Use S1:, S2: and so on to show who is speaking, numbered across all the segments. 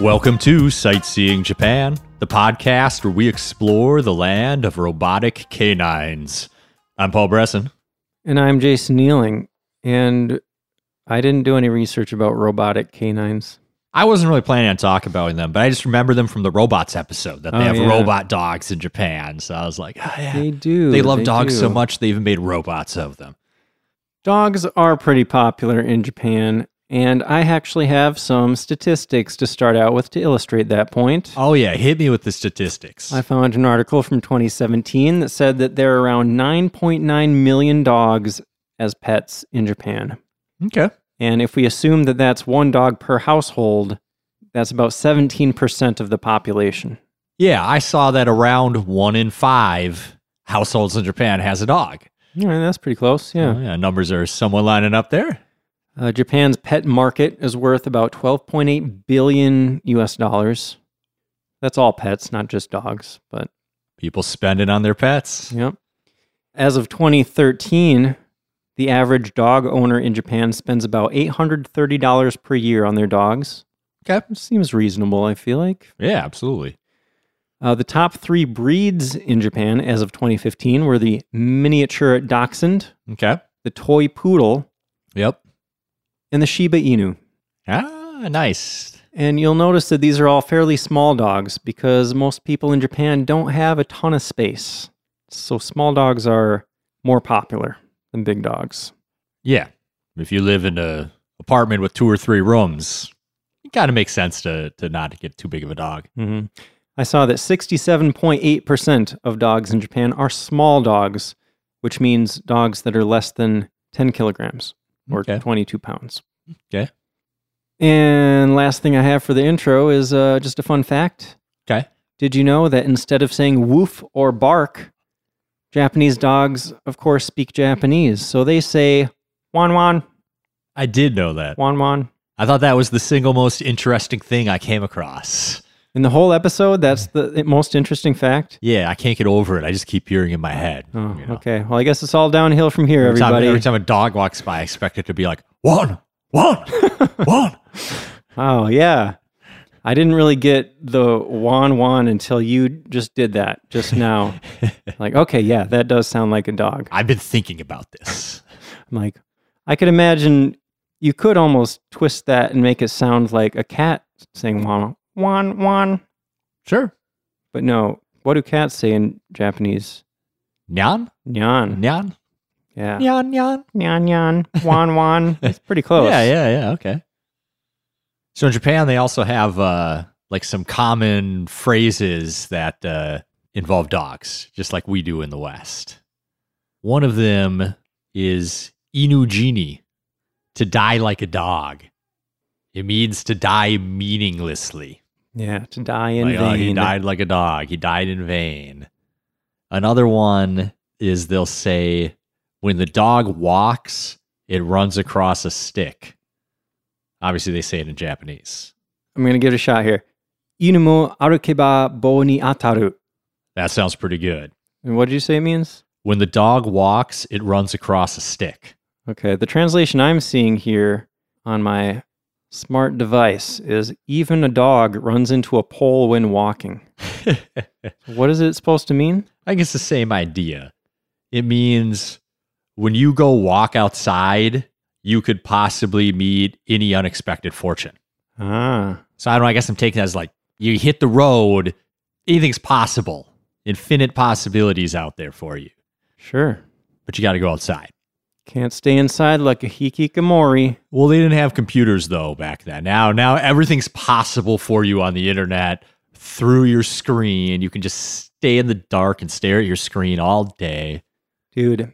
S1: Welcome to Sightseeing Japan, the podcast where we explore the land of robotic canines. I'm Paul Bresson.
S2: And I'm Jason Nealing, and I didn't do any research about robotic canines.
S1: I wasn't really planning on talking about them, but I just remember them from the robots episode that they
S2: Oh,
S1: have
S2: yeah.
S1: robot dogs in Japan. So I was like, oh, yeah.
S2: They do.
S1: They love dogs so
S2: do.
S1: much they even made robots of them.
S2: Dogs are pretty popular in Japan, and I actually have some statistics to start out with to illustrate that point.
S1: Oh yeah, hit me with the statistics.
S2: I found an article from 2017 that said that there are around 9.9 million dogs as pets in Japan.
S1: okay.
S2: And if we assume that that's one dog per household, that's about 17% of the population.
S1: Yeah, I saw that around one in five households in Japan has a dog.
S2: All right, that's pretty close. Yeah.
S1: Oh, yeah, numbers are somewhat lining up there.
S2: Uh, Japan's pet market is worth about 12.8 billion US dollars. That's all pets, not just dogs, but
S1: People spending on their pets.
S2: yep. As of 2013, the average dog owner in Japan spends about $830 per year on their dogs.
S1: Okay.
S2: Which seems reasonable, I feel like.
S1: Yeah, absolutely.
S2: Uh, the top three breeds in Japan as of 2015 were the miniature dachshund,
S1: Okay.
S2: the toy poodle,
S1: Yep.
S2: and the Shiba Inu.
S1: Ah, nice.
S2: And you'll notice that these are all fairly small dogs because most people in Japan don't have a ton of space. So small dogs are more popular than big dogs.
S1: Yeah. If you live in a apartment with two or three rooms, it kind of makes sense to to not get too big of a dog.
S2: Mm-hmm. I saw that 67.8% of dogs in Japan are small dogs, which means dogs that are less than 10 kilograms or
S1: Okay.
S2: 22 pounds.
S1: Okay.
S2: And last thing I have for the intro is uh, just a fun fact.
S1: Okay.
S2: Did you know that instead of saying woof or bark, Japanese dogs, of course, speak Japanese. So they say wan wan,
S1: I did know that.
S2: wan wan.
S1: I thought that was the single most interesting thing I came across.
S2: In the whole episode, that's the most interesting fact.
S1: Yeah, I can't get over it. I just keep hearing it in my head.
S2: Oh,
S1: you know.
S2: okay. Well, I guess it's all downhill from here,
S1: Every time,
S2: everybody.
S1: every time a dog walks by, I expect it to be like one, one, one.
S2: Oh, yeah. I didn't really get the wan wan until you just did that just now. like, okay, yeah, that does sound like a dog.
S1: I've been thinking about this.
S2: I'm like, I could imagine you could almost twist that and make it sound like a cat saying wan wan wan.
S1: Sure.
S2: But no, what do cats say in Japanese?
S1: Nyan,
S2: Nyan.
S1: nyan, Mm-hmm.
S2: Yeah.
S1: nyan, nyan.
S2: Nyan nyan. Wan wan. It's pretty close.
S1: Yeah, yeah, yeah. Okay. So in Japan, they also have uh, like some common phrases that uh, involve dogs, just like we do in the West. One of them is inugini, to die like a dog. It means to die meaninglessly.
S2: Yeah. To die in
S1: Like,
S2: vain.
S1: oh, he died like a dog. He died in vain. Another one is they'll say, when the dog walks, it runs across a stick. Obviously, they say it in Japanese.
S2: I'm gonna give it a shot here. Inu mo arukeba bo ni ataru.
S1: That sounds pretty good.
S2: And what did you say it means?
S1: When the dog walks, it runs across a stick.
S2: Okay, the translation I'm seeing here on my smart device is even a dog runs into a pole when walking. What is it supposed to mean?
S1: I think it's the same idea. It means when you go walk outside, you could possibly meet any unexpected fortune.
S2: Ah,
S1: So I don't know. I guess I'm taking that as like you hit the road, anything's possible. Infinite possibilities out there for you,
S2: sure.
S1: but you got to go outside.
S2: Can't stay inside like a hikikomori.
S1: Well, they didn't have computers though back then. Now, now everything's possible for you on the internet through your screen. You can just stay in the dark and stare at your screen all day.
S2: Dude,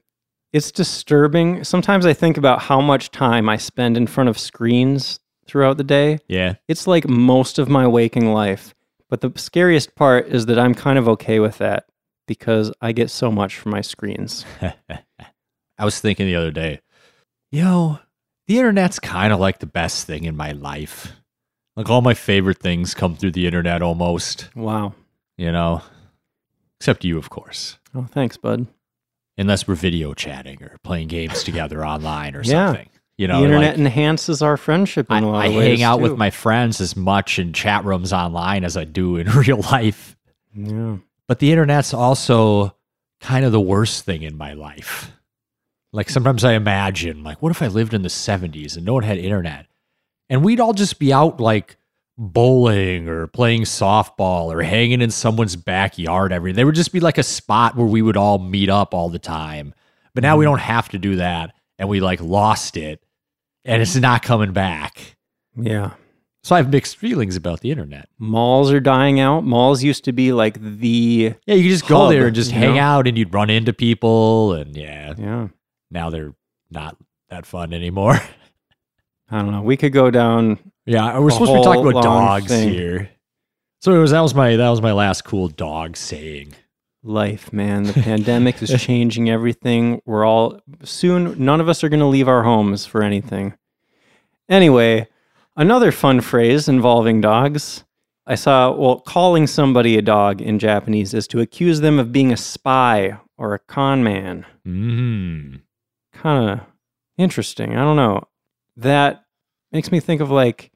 S2: it's disturbing. Sometimes I think about how much time I spend in front of screens throughout the day.
S1: Yeah.
S2: It's like most of my waking life. But the scariest part is that I'm kind of okay with that because I get so much from my screens.
S1: I was thinking the other day, you know, the internet's kind of like the best thing in my life. Like all my favorite things come through the internet almost.
S2: Wow.
S1: you know, except you, of course,
S2: Oh, thanks, bud.
S1: unless we're video chatting or playing games together online or
S2: Yeah.
S1: something. You
S2: The
S1: know, like,
S2: internet enhances our friendship in
S1: I,
S2: a lot
S1: I
S2: of ways.
S1: hang out with
S2: too.
S1: my friends as much in chat rooms online as I do in real life.
S2: Yeah.
S1: But the internet's also kind of the worst thing in my life. Like sometimes I imagine, like, what if I lived in the 70s and no one had internet? And we'd all just be out like bowling or playing softball or hanging in someone's backyard every there would just be like a spot where we would all meet up all the time. But now
S2: Mm-hmm.
S1: we don't have to do that and we like lost it and it's not coming back.
S2: Yeah.
S1: So I have mixed feelings about the internet.
S2: Malls are dying out. Malls used to be like the
S1: Yeah, you could just go
S2: Hub,
S1: there and just
S2: Oh, you
S1: hang
S2: know?
S1: out and you'd run into people and yeah,
S2: yeah.
S1: now they're not that fun anymore.
S2: I don't know. We could go down
S1: yeah, we're
S2: A
S1: supposed to be talking
S2: whole
S1: about
S2: long
S1: dogs
S2: thing.
S1: here. So it was that was my that was my last cool dog saying.
S2: life, man. The pandemic is changing everything. We're all soon, none of us are going to leave our homes for anything. Anyway, another fun phrase involving dogs. I saw, well, calling somebody a dog in Japanese is to accuse them of being a spy or a con man.
S1: Mm.
S2: Kind of interesting. I don't know. That makes me think of like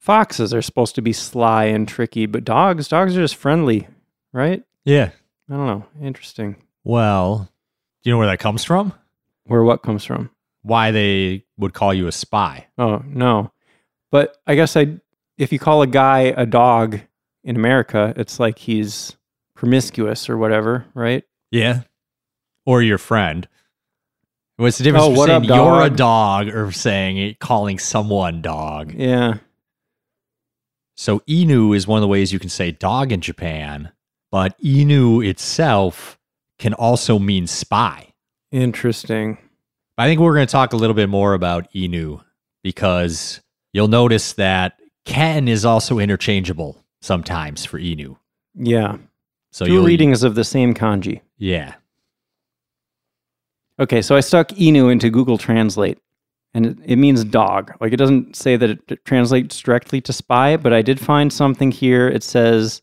S2: foxes are supposed to be sly and tricky, but dogs, dogs are just friendly, right?
S1: Yeah.
S2: I don't know. Interesting.
S1: Well, do you know where that comes from?
S2: where what comes from.
S1: Why they would call you a spy?
S2: Oh no, but I guess I if you call a guy a dog in America, it's like he's promiscuous or whatever, right?
S1: Yeah. Or your friend. What's the difference
S2: Oh,
S1: between
S2: what
S1: saying
S2: up,
S1: you're a dog or saying calling someone dog?
S2: Yeah,
S1: So inu is one of the ways you can say dog in Japan, but inu itself can also mean spy.
S2: interesting.
S1: I think we're going to talk a little bit more about inu because you'll notice that ken is also interchangeable sometimes for inu.
S2: Yeah,
S1: So
S2: two
S1: you'll e-
S2: readings of the same kanji.
S1: yeah.
S2: Okay, so I stuck Inu into Google Translate, and it, it means dog. Like it doesn't say that it translates directly to spy, but I did find something here. It says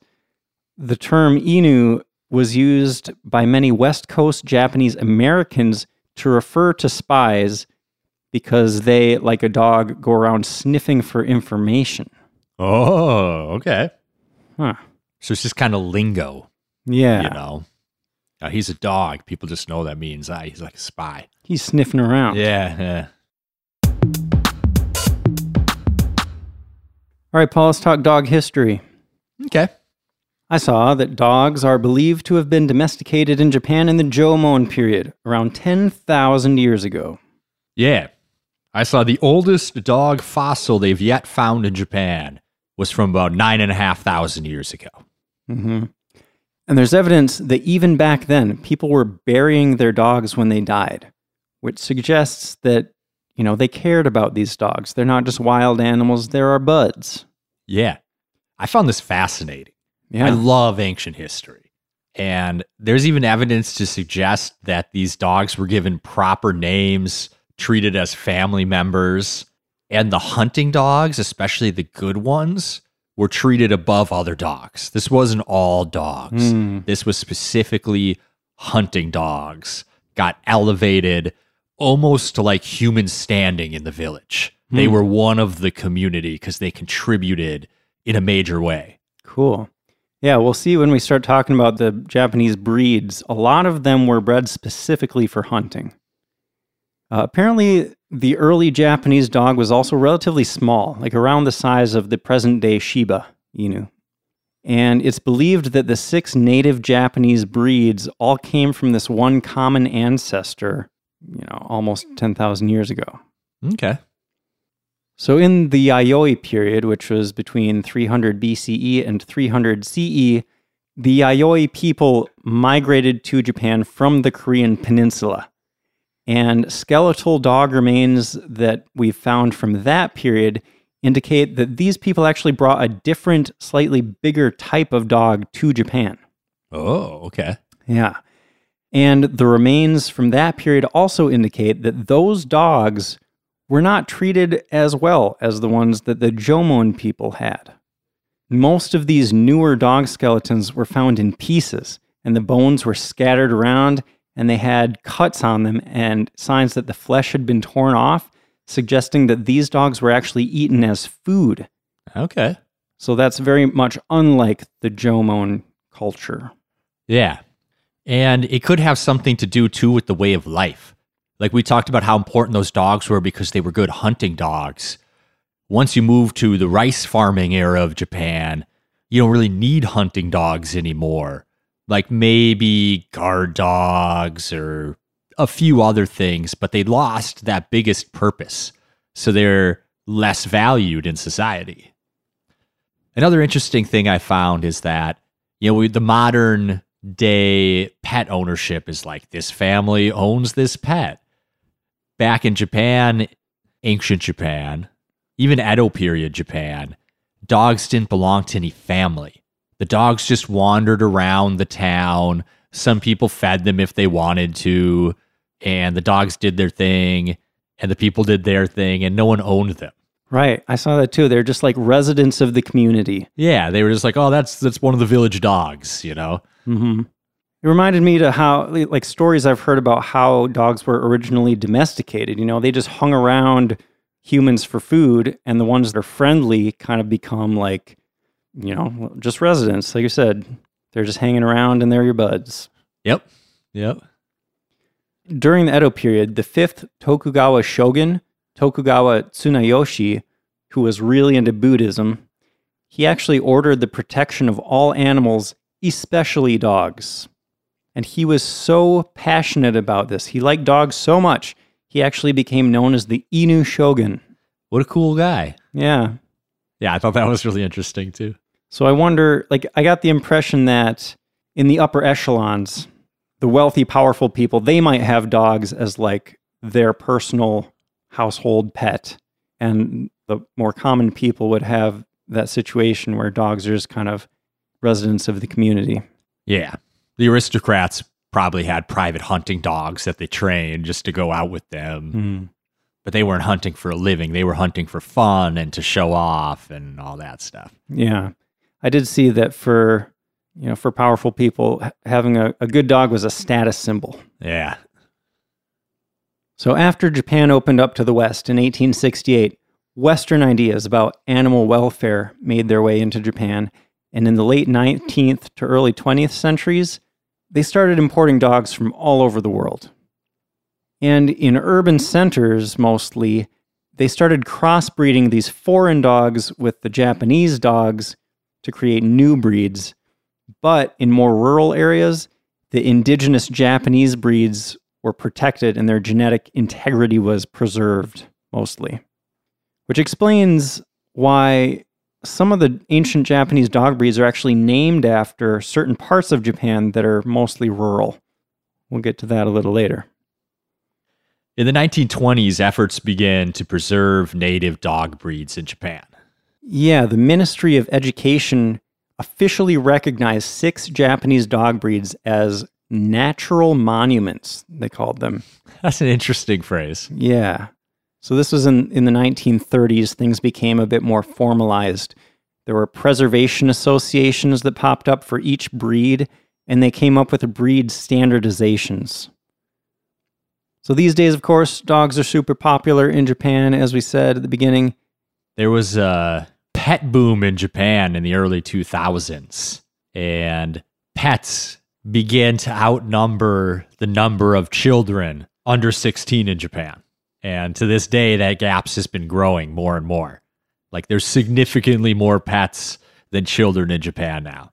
S2: the term Inu was used by many West Coast Japanese Americans to refer to spies because they, like a dog, go around sniffing for information.
S1: Oh, okay.
S2: Huh.
S1: So it's just kind of lingo,
S2: Yeah,
S1: you know. Now, he's a dog. People just know that means ah, he's like a spy.
S2: he's sniffing around.
S1: Yeah, yeah.
S2: All right, Paul, let's talk dog history.
S1: Okay.
S2: I saw that dogs are believed to have been domesticated in Japan in the Jomon period, around 10,000 years ago.
S1: Yeah. I saw the oldest dog fossil they've yet found in Japan was from about nine and a half thousand years ago.
S2: hmm And there's evidence that even back then, people were burying their dogs when they died, which suggests that, you know, they cared about these dogs. They're not just wild animals, they're our buds.
S1: Yeah. I found this fascinating. I
S2: Yeah.
S1: love ancient history. And there's even evidence to suggest that these dogs were given proper names, treated as family members, and the hunting dogs, especially the good ones, were treated above other dogs. This wasn't all dogs.
S2: Mm.
S1: This was specifically hunting dogs got elevated almost to like human standing in the village. They
S2: Hmm.
S1: were one of the community because they contributed in a major way.
S2: Cool. Yeah, we'll see when we start talking about the Japanese breeds. A lot of them were bred specifically for hunting. Uh, apparently, the early Japanese dog was also relatively small, like around the size of the present day Shiba Inu. And it's believed that the six native Japanese breeds all came from this one common ancestor, you know, almost 10,000 years ago.
S1: Okay.
S2: So, in the Yayoi period, which was between 300 BCE E and 300 CE, E, the Yayoi people migrated to Japan from the Korean peninsula. And skeletal dog remains that we've found from that period indicate that these people actually brought a different, slightly bigger type of dog to Japan.
S1: Oh, okay.
S2: Yeah. And the remains from that period also indicate that those dogs were not treated as well as the ones that the Jomon people had. Most of these newer dog skeletons were found in pieces, and the bones were scattered around, and they had cuts on them and signs that the flesh had been torn off, suggesting that these dogs were actually eaten as food.
S1: Okay.
S2: So that's very much unlike the Jomon culture.
S1: Yeah. And it could have something to do too with the way of life. Like we talked about how important those dogs were because they were good hunting dogs. Once you move to the rice farming era of Japan, you don't really need hunting dogs anymore. Like maybe guard dogs or a few other things, but they lost that biggest purpose. So they're less valued in society. Another interesting thing I found is that, you know, we, the modern day pet ownership is like this family owns this pet. Back in Japan, ancient Japan, even Edo period Japan, dogs didn't belong to any family. The dogs just wandered around the town. Some people fed them if they wanted to, and the dogs did their thing, and the people did their thing, and no one owned them.
S2: Right. I saw that too. They're just like residents of the community.
S1: Yeah, they were just like, oh, that's that's one of the village dogs, you know.
S2: Mm-hmm. It reminded me to how, like, stories I've heard about how dogs were originally domesticated. You know, they just hung around humans for food, and the ones that are friendly kind of become like, you know, just residents. Like you said, they're just hanging around and they're your buds.
S1: Yep. Yep.
S2: During the Edo period, the fifth Tokugawa shogun, Tokugawa Tsunayoshi, who was really into Buddhism, he actually ordered the protection of all animals especially dogs. And he was so passionate about this. He liked dogs so much, he actually became known as the Inu Shogun.
S1: What a cool guy.
S2: Yeah.
S1: Yeah, I thought that was really interesting too.
S2: So I wonder, like, I got the impression that in the upper echelons, the wealthy, powerful people, they might have dogs as like their personal household pet. And the more common people would have that situation where dogs are just kind of residents of the community.
S1: Yeah. The aristocrats probably had private hunting dogs that they trained just to go out with them.
S2: Mm.
S1: But they weren't hunting for a living. They were hunting for fun and to show off and all that stuff.
S2: Yeah. I did see that for, you know, for powerful people, h- having a, a good dog was a status symbol.
S1: Yeah.
S2: So after Japan opened up to the West in 1868, Western ideas about animal welfare made their way into Japan, and in the late 19th to early 20th centuries, they started importing dogs from all over the world. And in urban centers mostly, they started crossbreeding these foreign dogs with the Japanese dogs to create new breeds. But in more rural areas, the indigenous Japanese breeds were protected and their genetic integrity was preserved mostly, which explains why some of the ancient Japanese dog breeds are actually named after certain parts of Japan that are mostly rural. We'll get to that a little later.
S1: In the 1920s, efforts began to preserve native dog breeds in Japan.
S2: Yeah, the Ministry of Education officially recognized six Japanese dog breeds as natural monuments, they called them.
S1: That's an interesting phrase.
S2: Yeah. So this was in, in the 1930s. Things became a bit more formalized. There were preservation associations that popped up for each breed, and they came up with breed standardizations. So these days, of course, dogs are super popular in Japan, as we said at the beginning.
S1: There was a pet boom in Japan in the early 2000s, and pets began to outnumber the number of children under 16 in Japan. And to this day, that gap's has been growing more and more. Like there's significantly more pets than children in Japan now.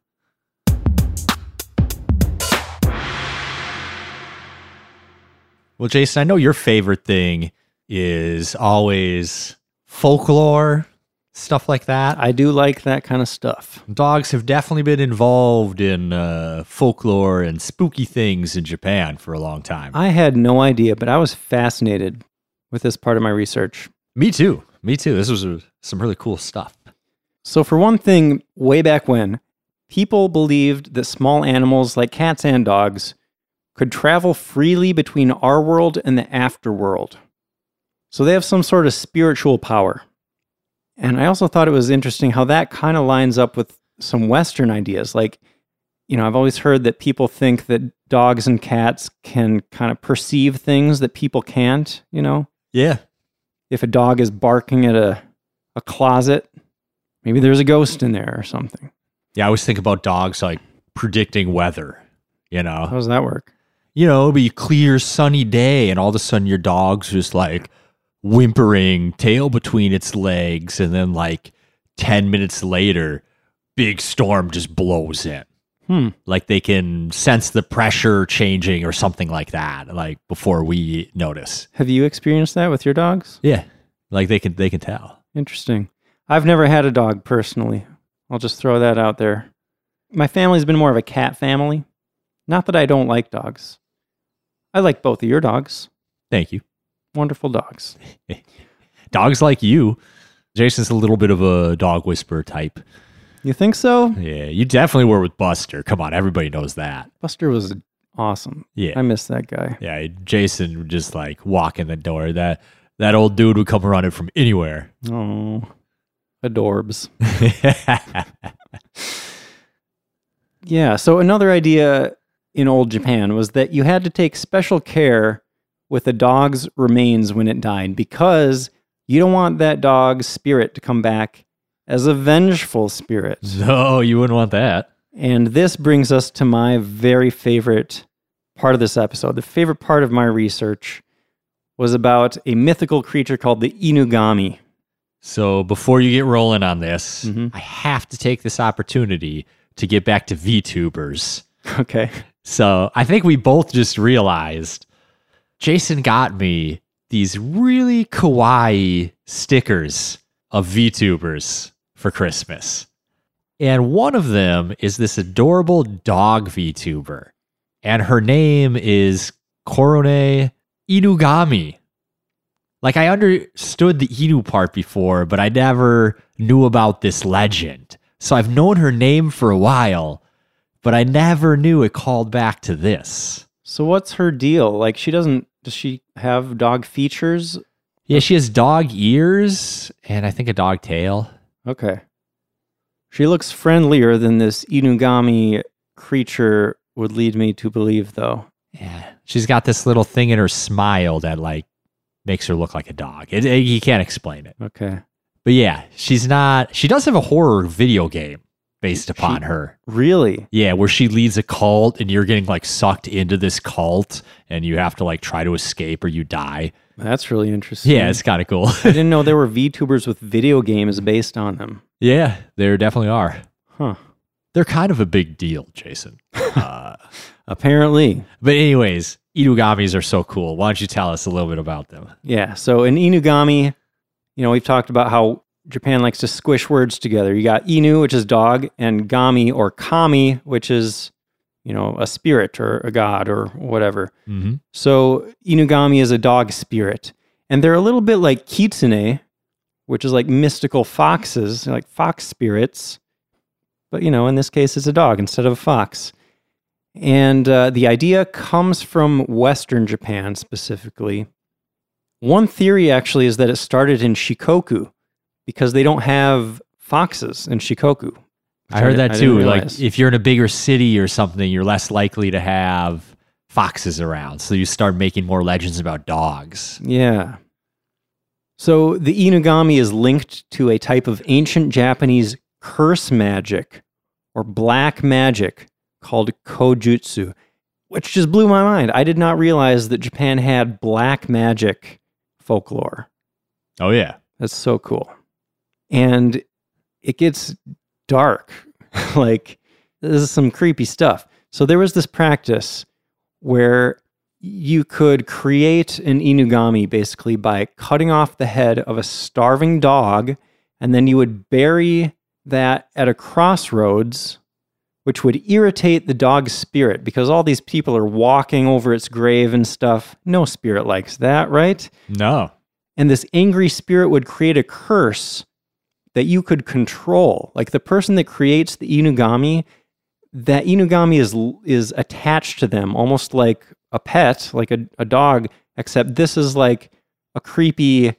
S1: Well, Jason, I know your favorite thing is always folklore, stuff like that.
S2: I do like that kind of stuff.
S1: Dogs have definitely been involved in uh, folklore and spooky things in Japan for a long time.
S2: I had no idea, but I was fascinated with this part of my research.
S1: Me too. Me too. This was uh, some really cool stuff.
S2: So, for one thing, way back when, people believed that small animals like cats and dogs could travel freely between our world and the afterworld. So, they have some sort of spiritual power. And I also thought it was interesting how that kind of lines up with some Western ideas. Like, you know, I've always heard that people think that dogs and cats can kind of perceive things that people can't, you know?
S1: Yeah.
S2: if a dog is barking at a, a closet, maybe there's a ghost in there or something.
S1: Yeah, I always think about dogs like predicting weather, you
S2: How
S1: know?
S2: does that work?
S1: You know, it'll be a clear, sunny day, and all of a sudden your dog's just like whimpering, tail between its legs. And then, like 10 minutes later, big storm just blows in.
S2: Hmm.
S1: Like they can sense the pressure changing or something like that, like before we notice.
S2: Have you experienced that with your dogs?
S1: Yeah. Like they can, they can tell.
S2: Interesting. I've never had a dog personally. I'll just throw that out there. My family's been more of a cat family. Not that I don't like dogs. I like both of your dogs.
S1: Thank you.
S2: Wonderful dogs.
S1: Dogs like you. Jason's a little bit of a dog whisperer type.
S2: You think so?
S1: Yeah, you definitely were with Buster. Come on, everybody knows that.
S2: Buster was awesome.
S1: Yeah.
S2: I miss that guy.
S1: yeah, Jason would just like walk in the door. That that old dude would come running from anywhere.
S2: Oh, adorbs. Yeah. So another idea in old Japan was that you had to take special care with a dog's remains when it died because you don't want that dog's spirit to come back as a vengeful spirit.
S1: no, you wouldn't want that.
S2: And this brings us to my very favorite part of this episode. The favorite part of my research was about a mythical creature called the Inugami.
S1: So before you get rolling on this,
S2: Mhm.
S1: I have to take this opportunity to get back to VTubers.
S2: Okay.
S1: So I think we both just realized Jason got me these really kawaii stickers of VTubers for Christmas. And one of them is this adorable dog VTuber. And her name is Korone Inugami. Like I understood the Inu part before, but I never knew about this legend. So I've known her name for a while, but I never knew it called back to this.
S2: So what's her deal? Like she doesn't does she have dog features?
S1: Yeah, she has dog ears and I think a dog tail.
S2: Okay. She looks friendlier than this Inugami creature would lead me to believe, though.
S1: Yeah. She's got this little thing in her smile that like makes her look like a dog. It, it- you can't explain it.
S2: Okay.
S1: But yeah, she's not she does have a horror video game based upon her.
S2: Really?
S1: Yeah, where she leads a cult and you're getting like sucked into this cult and you have to like try to escape or you die.
S2: That's really interesting.
S1: Yeah, it's kind of cool.
S2: I didn't know there were VTubers with video games based on them.
S1: yeah, there definitely are.
S2: Huh.
S1: They're kind of a big deal, Jason. Uh,
S2: Apparently.
S1: but anyways, Inugamis are so cool. Why don't you tell us a little bit about them?
S2: Yeah. So in Inugami, you know, we've talked about how Japan likes to squish words together. You got Inu, which is dog, and Gami or Kami, which is, you know, a spirit or a god or whatever.
S1: Mm-hmm.
S2: So Inugami is a dog spirit, and they're a little bit like kitsune, which is like mystical foxes, like fox spirits. But you know, in this case, it's a dog instead of a fox. And uh, the idea comes from Western Japan specifically. One theory actually is that it started in Shikoku because they don't have foxes in Shikoku. which
S1: I heard
S2: di-
S1: that
S2: I didn't
S1: too. Like
S2: realize.
S1: if you're in a bigger city or something, you're less likely to have foxes around. So you start making more legends about dogs.
S2: Yeah. So the Inugami is linked to a type of ancient Japanese curse magic or black magic called kojutsu, which just blew my mind. I did not realize that Japan had black magic folklore.
S1: Oh yeah.
S2: That's so cool. And it gets dark. like, this is some creepy stuff. So, there was this practice where you could create an inugami basically by cutting off the head of a starving dog, and then you would bury that at a crossroads, which would irritate the dog's spirit because all these people are walking over its grave and stuff. No spirit likes that, right?
S1: No.
S2: and this angry spirit would create a curse that you could control. Like the person that creates the inugami, that inugami is is attached to them, almost like a pet, like a, a dog. Except this is like a creepy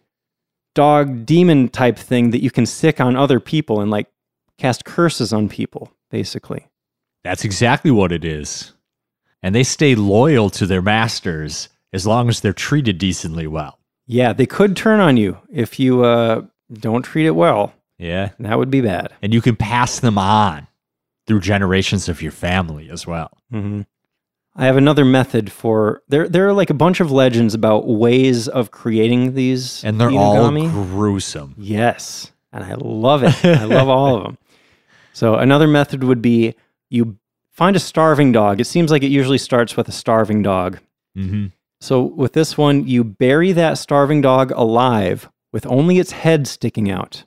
S2: dog demon type thing that you can sick on other people and like cast curses on people, basically.
S1: That's exactly what it is. And they stay loyal to their masters as long as they're treated decently well.
S2: Yeah, they could turn on you if you uh, don't treat it well.
S1: Yeah.
S2: That would be bad.
S1: And you can pass them on through generations of your family as well.
S2: Mm-hmm. I have another method for there. There are like a bunch of legends about ways of creating these,
S1: And they're
S2: inugami.
S1: all gruesome.
S2: yes, and I love it. I love all of them. So another method would be you find a starving dog. It seems like it usually starts with a starving dog.
S1: hmm
S2: So with this one, you bury that starving dog alive with only its head sticking out.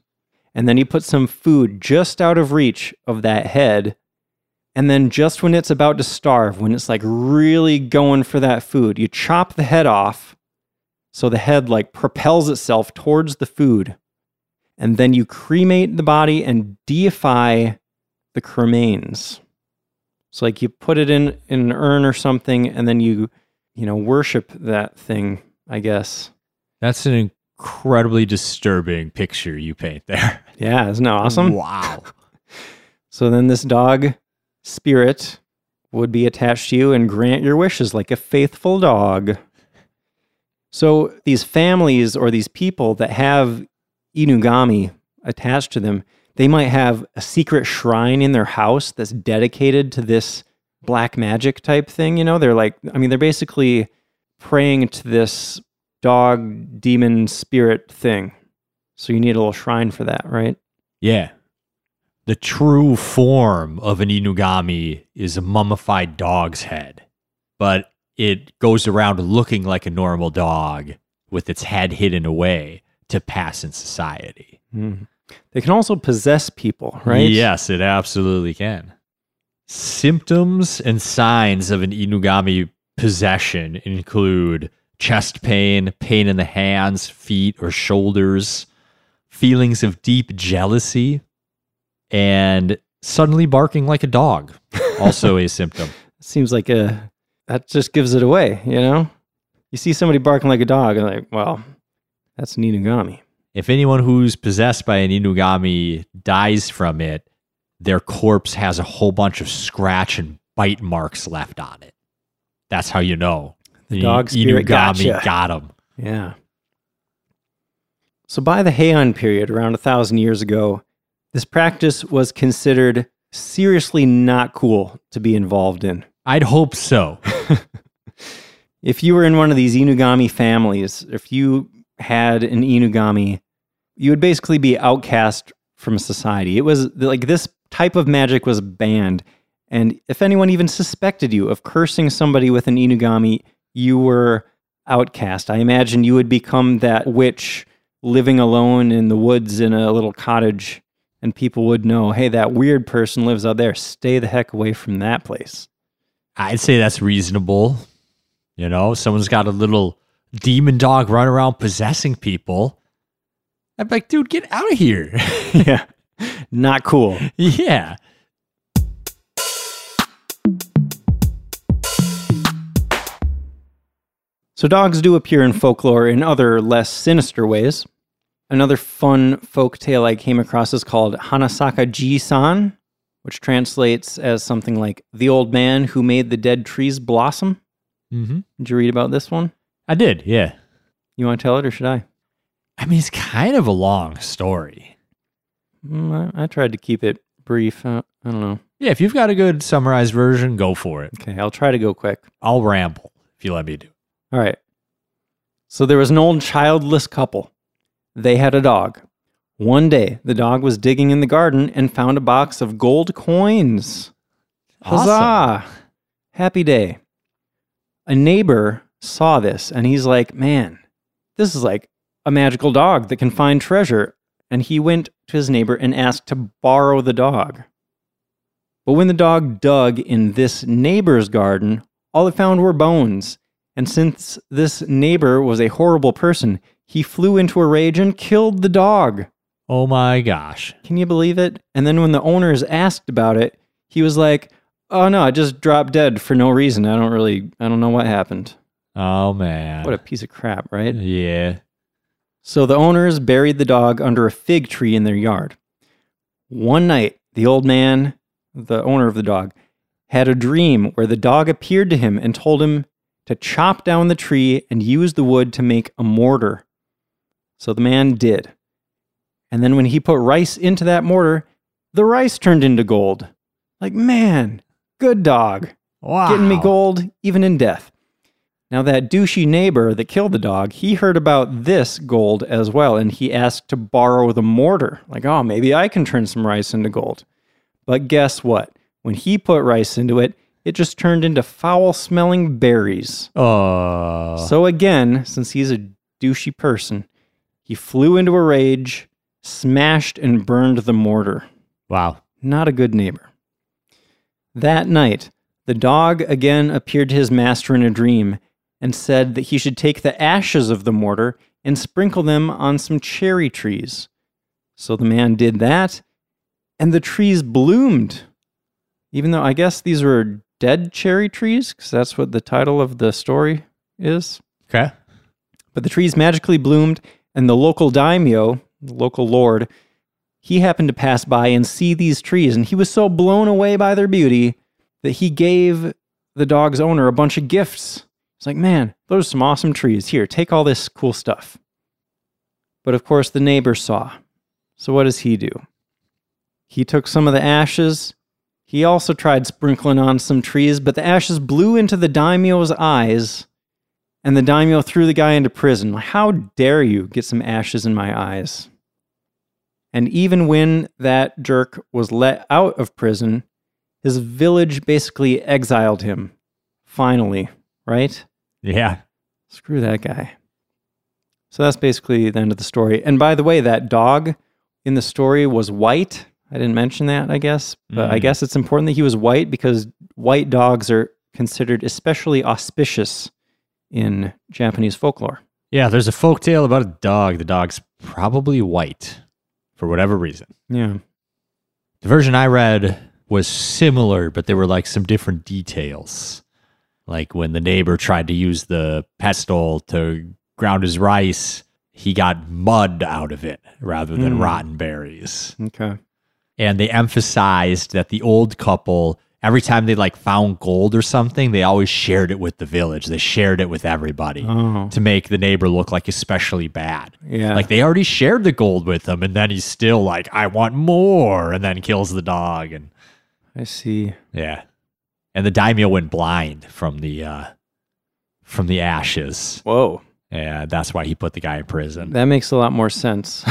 S2: And then you put some food just out of reach of that head. And then just when it's about to starve, when it's like really going for that food, you chop the head off. So the head like propels itself towards the food. And then you cremate the body and deify the cremains. So like you put it in, in an urn or something, and then you you know, worship that thing, I guess.
S1: That's an incredibly disturbing picture you paint there.
S2: Yeah, isn't that awesome?
S1: Wow.
S2: So then this dog spirit would be attached to you and grant your wishes like a faithful dog. So these families or these people that have inugami attached to them, they might have a secret shrine in their house that's dedicated to this black magic type thing, you know? They're like I mean they're basically praying to this dog demon spirit thing. So you need a little shrine for that, right?
S1: Yeah. The true form of an inugami is a mummified dog's head, but it goes around looking like a normal dog with its head hidden away to pass in society.
S2: Mm. They can also possess people, right?
S1: Yes, it absolutely can. Symptoms and signs of an inugami possession include chest pain, pain in the hands, feet, or shoulders, feelings of deep jealousy, and suddenly barking like a dog. Also a symptom.
S2: Seems like a that just gives it away, you know? You see somebody barking like a dog, and like, well, that's Ninogami.
S1: If anyone who's possessed by an inugami dies from it, their corpse has a whole bunch of scratch and bite marks left on it. That's how you know. The
S2: dog spirit gotcha.
S1: got him.
S2: Yeah. So by the Heian period, around a thousand years ago, this practice was considered seriously not cool to be involved in.
S1: I'd hope so.
S2: if you were in one of these inugami families, if you had an inugami, you would basically be outcast from society. It was like this type of magic was banned. And if anyone even suspected you of cursing somebody with an inugami, you were outcast. I imagine you would become that witch living alone in the woods in a little cottage, and people would know, hey, that weird person lives out there. Stay the heck away from that place.
S1: I'd say that's reasonable. You know, someone's got a little demon dog running around possessing people. I'd be like, dude, get out of here.
S2: yeah. Not cool.
S1: yeah.
S2: So, dogs do appear in folklore in other less sinister ways. Another fun folk tale I came across is called Hanasaka Ji san, which translates as something like the old man who made the dead trees blossom.
S1: hmm
S2: Did you read about this one?
S1: I did. Yeah.
S2: You want to tell it or should I?
S1: I mean, it's kind of a long story.
S2: Mm, I, I tried to keep it brief. Uh, I don't know.
S1: Yeah, if you've got a good summarized version, go for it.
S2: Okay, I'll try to go quick.
S1: I'll ramble if you let me do.
S2: All right. So there was an old childless couple. They had a dog. One day, the dog was digging in the garden and found a box of gold coins. Huzzah! Happy day. A neighbor saw this and he's like, man, this is like a magical dog that can find treasure. And he went to his neighbor and asked to borrow the dog. But when the dog dug in this neighbor's garden, all it found were bones. And since this neighbor was a horrible person, he flew into a rage and killed the dog.
S1: Oh my gosh.
S2: Can you believe it? And then when the owners asked about it, he was like, "Oh no, I just dropped dead for no reason. I don't really I don't know what happened."
S1: Oh man.
S2: What a piece of crap, right?
S1: yeah.
S2: So the owners buried the dog under a fig tree in their yard. One night, the old man, the owner of the dog, had a dream where the dog appeared to him and told him to chop down the tree and use the wood to make a mortar. So the man did. And then when he put rice into that mortar, the rice turned into gold. Like, man, good dog.
S1: Wow.
S2: Getting me gold even in death. Now, that douchey neighbor that killed the dog, he heard about this gold as well, and he asked to borrow the mortar. Like, oh, maybe I can turn some rice into gold. But guess what? When he put rice into it, it just turned into foul smelling berries.
S1: Oh.
S2: So again, since he's a douchey person, he flew into a rage, smashed and burned the mortar.
S1: wow.
S2: Not a good neighbor. That night, the dog again appeared to his master in a dream and said that he should take the ashes of the mortar and sprinkle them on some cherry trees. So the man did that, and the trees bloomed. Even though I guess these were dead cherry trees, because that's what the title of the story is.
S1: Okay.
S2: But the trees magically bloomed, and the local daimyo, the local lord, he happened to pass by and see these trees, and he was so blown away by their beauty that he gave the dog's owner a bunch of gifts. It's like, man, those are some awesome trees. Here, take all this cool stuff. But of course, the neighbor saw. So what does he do? He took some of the ashes. He also tried sprinkling on some trees, but the ashes blew into the daimyo's eyes, and the daimyo threw the guy into prison. Like, How dare you get some ashes in my eyes? And even when that jerk was let out of prison, his village basically exiled him. Finally, right?
S1: Yeah.
S2: Screw that guy. So that's basically the end of the story. And by the way, that dog in the story was white. I didn't mention that, I guess, but I
S1: Mm.
S2: guess it's important that he was white because white dogs are considered especially auspicious in Japanese folklore.
S1: Yeah. There's a folktale about a dog. The dog's probably white for whatever reason.
S2: Yeah.
S1: The version I read was similar, but there were like some different details. Like when the neighbor tried to use the pestle to ground his rice, he got mud out of it rather than
S2: Hmm.
S1: rotten berries.
S2: Okay.
S1: And they emphasized that the old couple, every time they like found gold or something, they always shared it with the village. They shared it with everybody
S2: Oh.
S1: to make the neighbor look like especially bad.
S2: Yeah.
S1: Like they already shared the gold with him, and then he's still like, I want more, and then kills the dog. And
S2: I see.
S1: yeah. And the daimyo went blind from the uh from the ashes.
S2: Whoa.
S1: And that's why he put the guy in prison.
S2: That makes a lot more sense.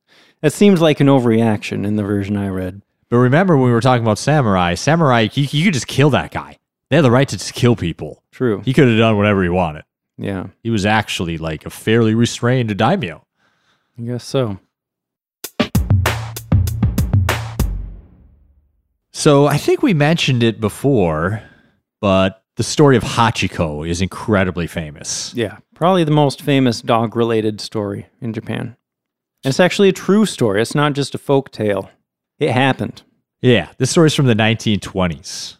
S2: that seems like an overreaction in the version I read.
S1: But remember when we were talking about samurai, samurai you, you could just kill that guy. They had the right to just kill people.
S2: True.
S1: He could have done whatever he wanted.
S2: Yeah.
S1: He was actually like a fairly restrained daimyo.
S2: I guess so.
S1: So I think we mentioned it before, but the story of Hachiko is incredibly famous.
S2: Yeah. Probably the most famous dog related story in Japan. And it's actually a true story. It's not just a folk tale. It happened.
S1: Yeah, this story's from the 1920s.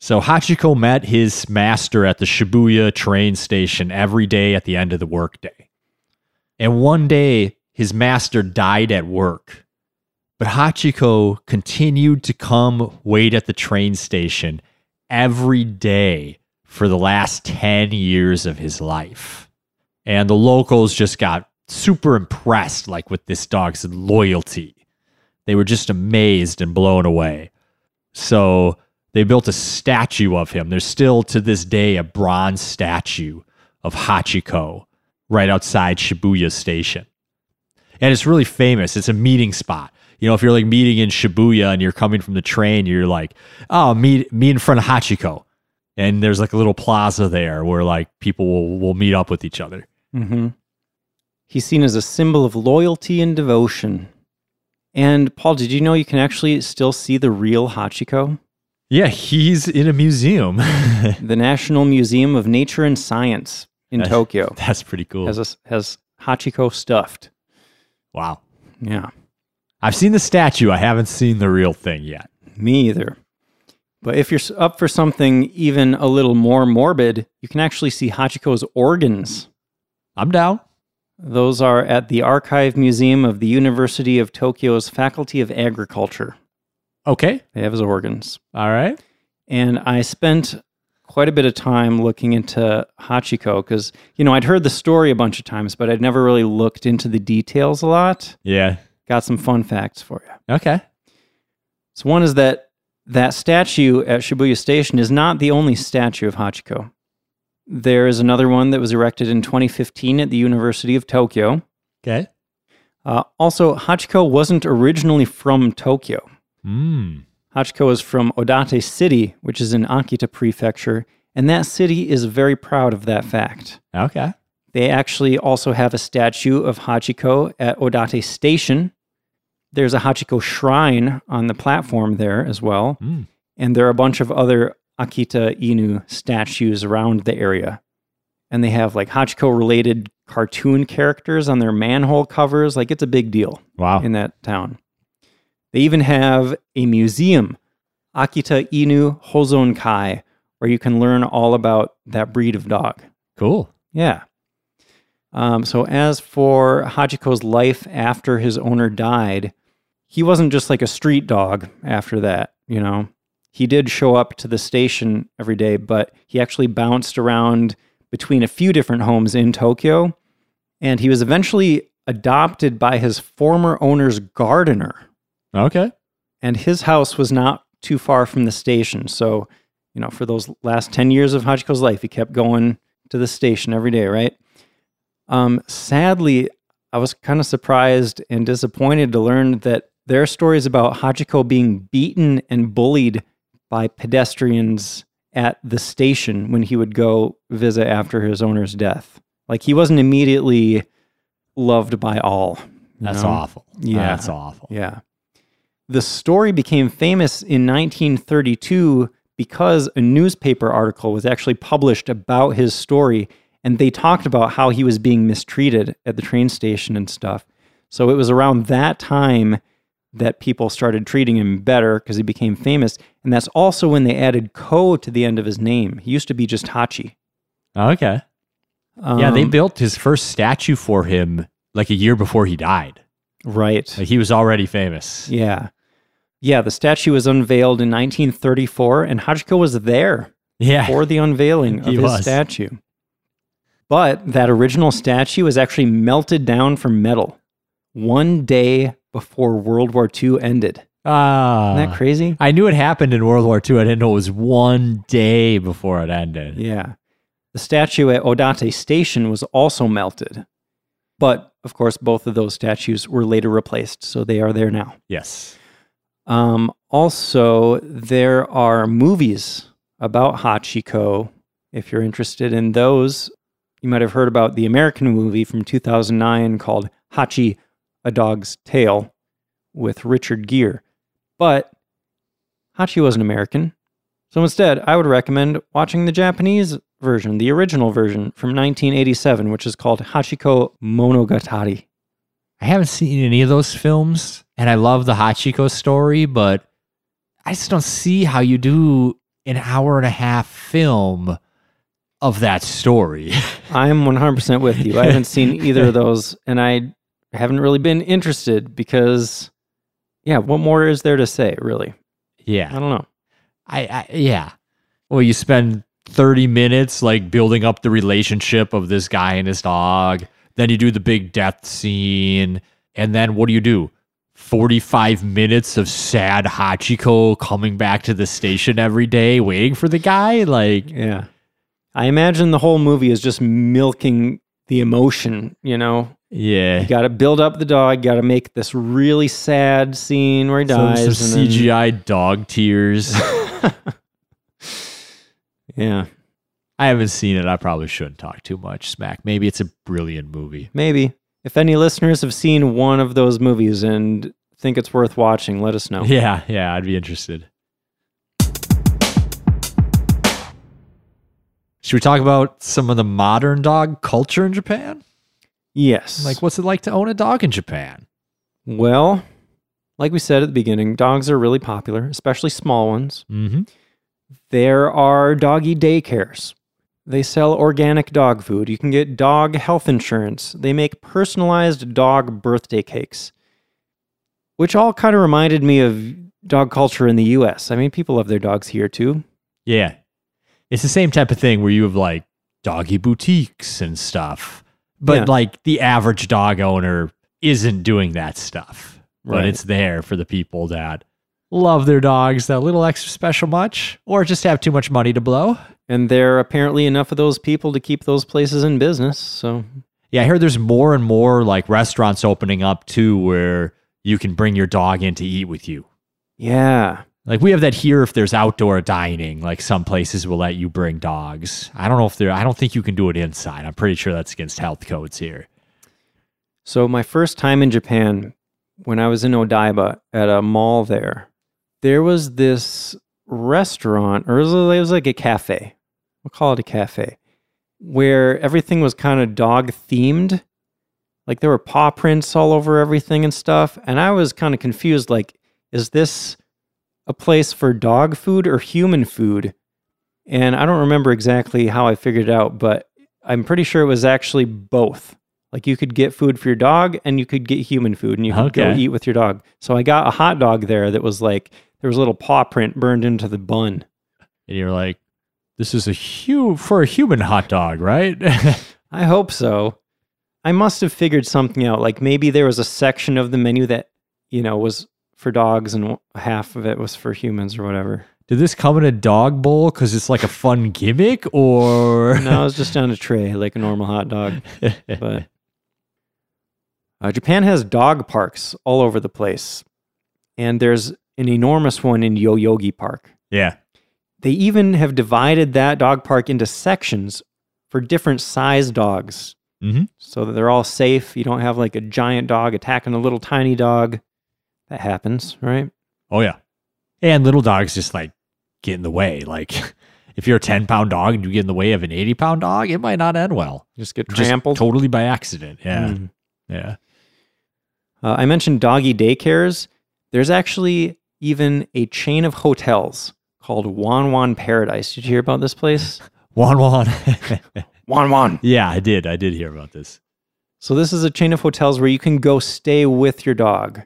S1: So Hachiko met his master at the Shibuya train station every day at the end of the workday. And one day, his master died at work. But Hachiko continued to come wait at the train station every day for the last 10 years of his life. And the locals just got super impressed like with this dog's loyalty they were just amazed and blown away. So they built a statue of him. There's still to this day a bronze statue of Hachiko right outside Shibuya Station. And it's really famous. It's a meeting spot. You know, if you're like meeting in Shibuya and you're coming from the train, you're like, oh, meet me in front of Hachiko. And there's like a little plaza there where like people will, will meet up with each other.
S2: Mm-hmm. He's seen as a symbol of loyalty and devotion. And Paul, did you know you can actually still see the real Hachiko?
S1: Yeah, he's in a museum.
S2: The National Museum of Nature and Science in
S1: That's-
S2: Tokyo
S1: That's pretty cool.
S2: has a, has Hachiko stuffed.
S1: wow.
S2: Yeah,
S1: I've seen the statue. I haven't seen the real thing yet.
S2: me either. But if you're s- up for something even a little more morbid, you can actually see Hachiko's organs.
S1: I'm down.
S2: Those are at the Archive Museum of the University of Tokyo's Faculty of Agriculture.
S1: Okay.
S2: They have his organs.
S1: All right.
S2: And I spent quite a bit of time looking into Hachiko because, you know, I'd heard the story a bunch of times, but I'd never really looked into the details a lot.
S1: Yeah.
S2: Got some fun facts for you.
S1: Okay.
S2: So, one is that that statue at Shibuya Station is not the only statue of Hachiko. There is another one that was erected in 2015 at the University of Tokyo.
S1: Okay.
S2: Uh, also, Hachiko wasn't originally from Tokyo.
S1: Mm.
S2: Hachiko is from Odate City, which is in Akita Prefecture, and that city is very proud of that fact.
S1: Okay.
S2: They actually also have a statue of Hachiko at Odate Station. There's a Hachiko shrine on the platform there as well,
S1: Mm.
S2: and there are a bunch of other Akita Inu statues around the area. And they have like Hachiko related cartoon characters on their manhole covers. Like it's a big deal
S1: Wow.
S2: in that town. They even have a museum, Akita Inu Hozon Kai, where you can learn all about that breed of dog.
S1: cool.
S2: Yeah. Um, so, as for Hachiko's life after his owner died, he wasn't just like a street dog after that, you know? He did show up to the station every day, but he actually bounced around between a few different homes in Tokyo. And he was eventually adopted by his former owner's gardener.
S1: Okay.
S2: And his house was not too far from the station. So, you know, for those last 10 years of Hachiko's life, he kept going to the station every day, right? Um, sadly, I was kind of surprised and disappointed to learn that there are stories about Hachiko being beaten and bullied by pedestrians at the station when he would go visit after his owner's death. Like he wasn't immediately loved by all. you
S1: That's
S2: know?
S1: awful.
S2: Yeah.
S1: That's awful.
S2: Yeah. The story became famous in 1932 because a newspaper article was actually published about his story, and they talked about how he was being mistreated at the train station and stuff. So it was around that time that people started treating him better because he became famous. And that's also when they added Ko to the end of his name. He used to be just Hachi.
S1: Okay. yeah, they
S2: Um,
S1: built his first statue for him like a year before he died.
S2: Um, Right.
S1: Like he was already famous.
S2: Yeah. Yeah, the statue was unveiled in 1934, and Hachiko was there.
S1: Yeah.
S2: for the unveiling of
S1: He
S2: his
S1: was.
S2: statue. But that original statue was actually melted down from metal one day before World War II ended.
S1: Ah.
S2: Isn't that crazy?
S1: I knew it happened in World War II. I didn't know it was one day before it ended.
S2: Yeah. The statue at Odate Station was also melted. But of course, both of those statues were later replaced, so they are there now.
S1: Yes.
S2: Um, also, there are movies about Hachiko. If you're interested in those, you might have heard about the American movie from 2009 called Hachi, A Dog's Tale with Richard Gere. But Hachi wasn't American. So instead, I would recommend watching the Japanese version, the original version from 1987, which is called Hachiko Monogatari.
S1: I haven't seen any of those films, and I love the Hachiko story, but I just don't see how you do an hour and a half film of that story.
S2: I'm 100% with you. I haven't seen either of those, and I haven't really been interested because, yeah, what more is there to say, really? I
S1: yeah.
S2: don't know.
S1: I, I yeah. Well, you spend 30 minutes like building up the relationship of this guy and his dog. Then you do the big death scene, and then what do you do? 45 minutes of sad Hachiko coming back to the station every day waiting for the guy like
S2: Yeah. I imagine the whole movie is just milking the emotion, you know?
S1: yeah.
S2: You got to build up the dog, got to make this really sad scene where he
S1: Some,
S2: dies.
S1: some
S2: and then-
S1: CGI dog tears.
S2: yeah,
S1: I haven't seen it. I probably shouldn't talk too much smack. Maybe it's a brilliant movie.
S2: maybe. If any listeners have seen one of those movies and think it's worth watching, let us know.
S1: Yeah, yeah, I'd be interested. Should we talk about some of the modern dog culture in Japan?
S2: Yes.
S1: Like, what's it like to own a dog in Japan?
S2: Well, like we said at the beginning, dogs are really popular, especially small ones.
S1: Mm-hmm.
S2: There are doggy daycares. They sell organic dog food. You can get dog health insurance. They make personalized dog birthday cakes, which all kind of reminded me of dog culture in the US. I mean, people love their dogs here too.
S1: Yeah. It's the same type of thing where you have like doggy boutiques and stuff, but
S2: Yeah.
S1: like the average dog owner isn't doing that stuff. But
S2: Right.
S1: it's there for the people that love their dogs that little extra special much or just have too much money to blow.
S2: And there are apparently enough of those people to keep those places in business. So,
S1: Yeah, I heard there's more and more like restaurants opening up too where you can bring your dog in to eat with you.
S2: yeah.
S1: Like we have that here if there's outdoor dining, like some places will let you bring dogs. I don't know if they're I don't think you can do it inside. I'm pretty sure that's against health codes here.
S2: So, my first time in Japan, when I was in Odaiba at a mall there, there was this restaurant, or it was, it was like a cafe. We'll call it a cafe, where everything was kind of dog themed. Like there were paw prints all over everything and stuff. And I was kind of confused like, is this a place for dog food or human food? And I don't remember exactly how I figured it out, but I'm pretty sure it was actually both. Like you could get food for your dog and you could get human food and you could go
S1: Okay.
S2: eat with your dog. So I got a hot dog there that was like, there was a little paw print burned into the bun.
S1: And you're like, this is a hu for a human hot dog, right?
S2: I hope so. I must have figured something out. Like maybe there was a section of the menu that, you know, was for dogs and half of it was for humans or whatever.
S1: Did this come in a dog bowl because it's like a fun gimmick or
S2: No, it was just on a tray like a normal hot dog. But uh, Japan has dog parks all over the place. And there's an enormous one in Yoyogi Park.
S1: yeah.
S2: They even have divided that dog park into sections for different size dogs
S1: Mhm.
S2: so that they're all safe. You don't have like a giant dog attacking a little tiny dog. That happens, right?
S1: Oh yeah. And little dogs just like get in the way. Like if you're a 10 pound dog and you get in the way of an 80 pound dog, it might not end well.
S2: Just get
S1: Just
S2: trampled.
S1: totally by accident. Yeah.
S2: Mm.
S1: Yeah.
S2: Uh, I mentioned doggy daycares. There's actually even a chain of hotels called Wan Wan Paradise. Did you hear about this place?
S1: Juan Juan.
S2: Wan Wan.
S1: yeah, I did. I did hear about this.
S2: So this is a chain of hotels where you can go stay with your dog.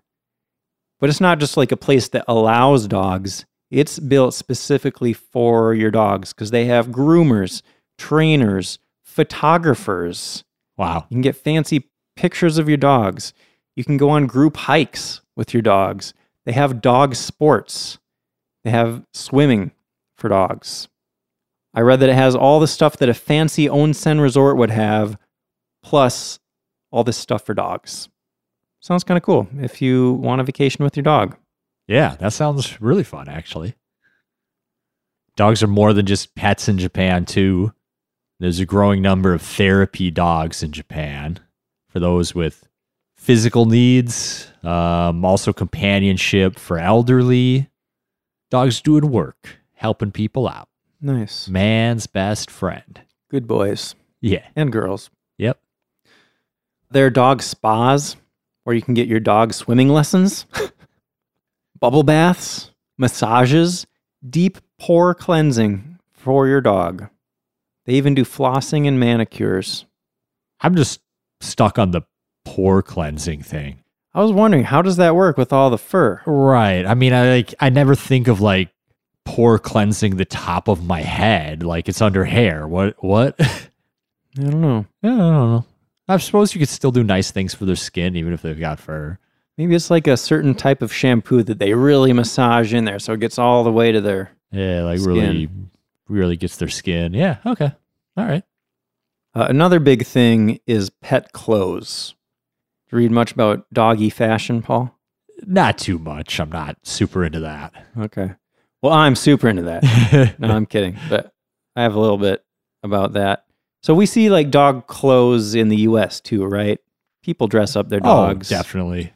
S2: But it's not just like a place that allows dogs. It's built specifically for your dogs because they have groomers, trainers, photographers.
S1: Wow.
S2: You can get fancy pictures of your dogs. You can go on group hikes with your dogs. They have dog sports. They have swimming for dogs. I read that it has all the stuff that a fancy onsen resort would have, plus all this stuff for dogs. Sounds kind of cool if you want a vacation with your dog.
S1: Yeah, that sounds really fun actually. Dogs are more than just pets in Japan too. There's a growing number of therapy dogs in Japan for those with physical needs, um, also companionship for elderly. Dogs doing work, helping people out.
S2: Nice.
S1: Man's best friend.
S2: Good boys
S1: Yeah.
S2: and girls.
S1: Yep.
S2: There are dog spas where you can get your dog swimming lessons, bubble baths, massages, deep pore cleansing for your dog. They even do flossing and manicures.
S1: I'm just stuck on the pore cleansing thing.
S2: I was wondering, how does that work with all the fur?
S1: Right. I mean, I like I never think of like pore cleansing the top of my head like it's under hair. What what? yeah,
S2: I don't know.
S1: I don't know. I suppose you could still do nice things for their skin even if they've got fur.
S2: Maybe it's like a certain type of shampoo that they really massage in there so it gets all the way to their
S1: Yeah, like really really gets their skin. Yeah, okay. All right.
S2: Uh, another big thing is pet clothes. Did you read much about doggy fashion, Paul?
S1: Not too much. I'm not super into
S2: Okay. Well, I'm super into that.
S1: that.
S2: No, I'm kidding, but I have a little bit about that. So we see like dog clothes in the U.S. too, right? People dress up their dogs,
S1: Oh, definitely.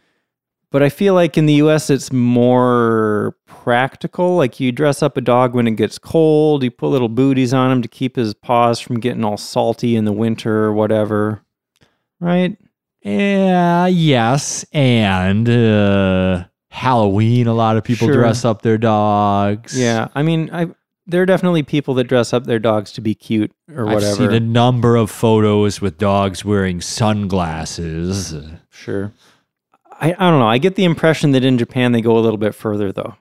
S2: but I feel like in the U.S. it's more practical. Like you dress up a dog when it gets cold. You put little booties on him to keep his paws from getting all salty in the winter or whatever, right?
S1: Yeah, yes. And uh, Halloween, a lot of people
S2: Sure.
S1: dress up their dogs.
S2: Yeah, I mean, I there are definitely people that dress up their dogs to be cute or
S1: I've
S2: whatever.
S1: seen a number of photos with dogs wearing sunglasses.
S2: Sure. I, I don't know. I get the impression that in Japan they go a little bit further though.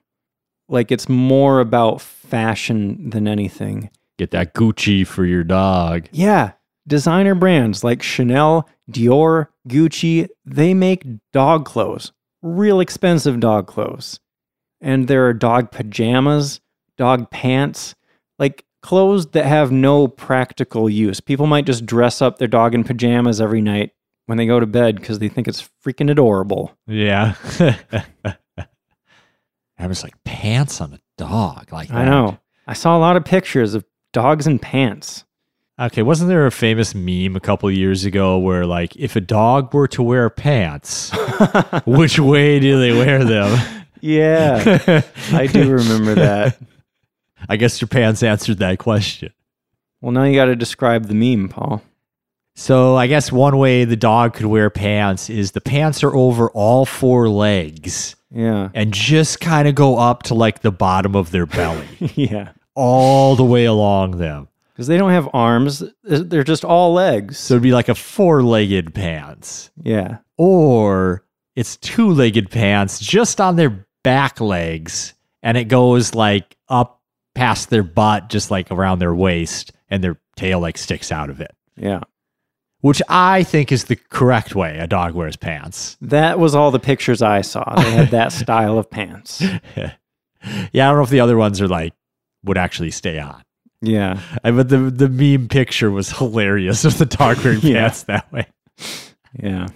S2: Like it's more about fashion than anything.
S1: Get that Gucci for your dog.
S2: Yeah, designer brands like Chanel, Dior, Gucci, they make dog clothes, real expensive dog clothes. And there are dog pajamas, dog pants, like clothes that have no practical use. People might just dress up their dog in pajamas every night when they go to bed because they think it's freaking adorable.
S1: Yeah. I was like pants on a dog. Like
S2: I
S1: that.
S2: know. I saw a lot of pictures of dogs in pants.
S1: Okay, wasn't there a famous meme a couple years ago where like if a dog were to wear pants, which way do they wear them?
S2: yeah, I do remember that.
S1: I guess your pants answered that question.
S2: Well, now you got to describe the meme, Paul.
S1: So I guess one way the dog could wear pants is the pants are over all four legs
S2: Yeah.
S1: and just kind of go up to like the bottom of their belly,
S2: yeah.
S1: all the way along them.
S2: Because they don't have arms, they're just all legs.
S1: So it'd be like a four-legged pants.
S2: yeah.
S1: or it's two legged pants just on their back legs and it goes like up past their butt, just like around their waist, and their tail like sticks out of it,
S2: Yeah.
S1: which I think is the correct way a dog wears pants.
S2: That was all the pictures I saw. They had that style of pants.
S1: Yeah, I don't know if the other ones are like would actually stay on.
S2: Yeah.
S1: I but the the meme picture was hilarious of the dog wearing
S2: Yeah.
S1: pants that way.
S2: Yeah.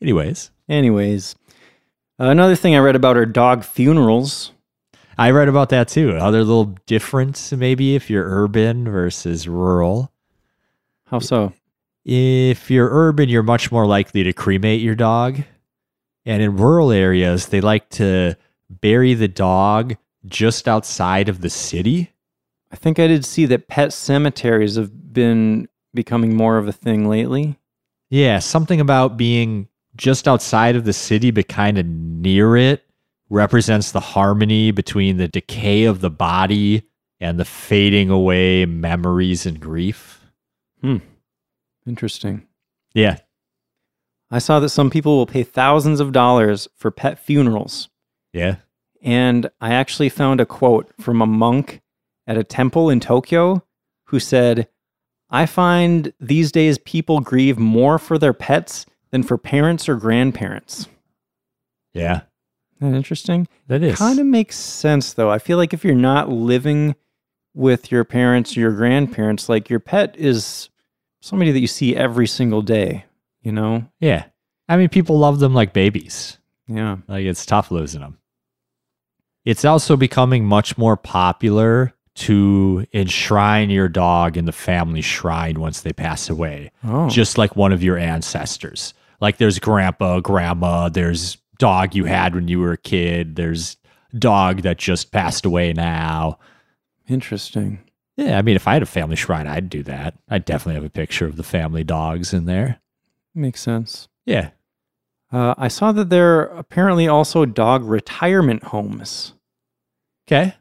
S1: Anyways,
S2: Anyways, another thing I read about are dog funerals.
S1: I read about that too. Other little difference maybe if you're urban versus rural.
S2: How so?
S1: if you're urban, you're much more likely to cremate your dog. And in rural areas, they like to bury the dog just outside of the city.
S2: I think I did see that pet cemeteries have been becoming more of a thing lately.
S1: Yeah, something about being just outside of the city, but kind of near it, represents the harmony between the decay of the body and the fading away memories and grief.
S2: Interesting.
S1: Yeah.
S2: I saw that some people will pay thousands of dollars for pet funerals.
S1: Yeah.
S2: And I actually found a quote from a monk at a temple in Tokyo who said, I find these days people grieve more for their pets than for parents or grandparents. Isn't
S1: Yeah.
S2: that interesting?
S1: That is.
S2: Kind of makes sense, though. I feel like if you're not living with your parents or your grandparents, like your pet is somebody that you see every single day, you know?
S1: yeah. I mean, people love them like babies.
S2: Yeah.
S1: Like it's tough losing them. It's also becoming much more popular to enshrine your dog in the family shrine once they pass away,
S2: Oh.
S1: just like one of your ancestors. Like there's grandpa, grandma, there's dog you had when you were a kid, there's dog that just passed away now.
S2: interesting.
S1: Yeah, I mean, if I had a family shrine, I'd do that. I'd definitely have a picture of the family dogs in there.
S2: Makes sense.
S1: Yeah.
S2: Uh, I saw that there are apparently also dog retirement homes.
S1: Okay.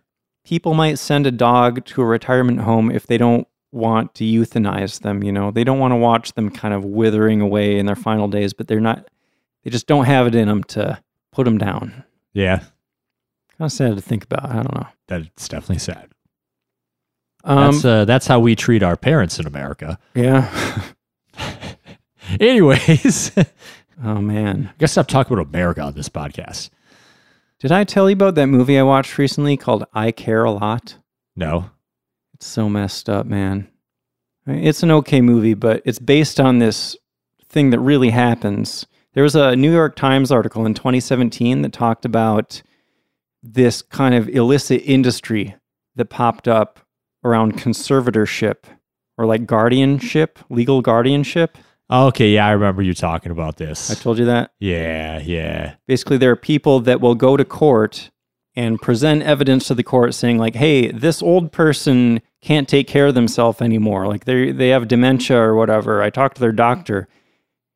S2: People might send a dog to a retirement home if they don't want to euthanize them, you know. They don't want to watch them kind of withering away in their final days, but they're not they just don't have it in them to put them down.
S1: Yeah.
S2: Kind of sad to think about. I don't know.
S1: That's definitely sad.
S2: Um
S1: that's uh, that's how we treat our parents in America.
S2: yeah.
S1: Anyways, I
S2: oh man.
S1: guess I'm talking about America on this podcast.
S2: Did I tell you about that movie I watched recently called I Care a Lot?
S1: No.
S2: It's so messed up, man. I mean, It's an okay movie, but it's based on this thing that really happens. There was a New York Times article in 2017 that talked about this kind of illicit industry that popped up around conservatorship or like guardianship, legal guardianship.
S1: Okay, yeah, I remember you talking about this.
S2: I told you that.
S1: yeah, yeah.
S2: basically there are people that will go to court and present evidence to the court saying like hey this old person can't take care of themselves anymore like they they have dementia or whatever i talked to their doctor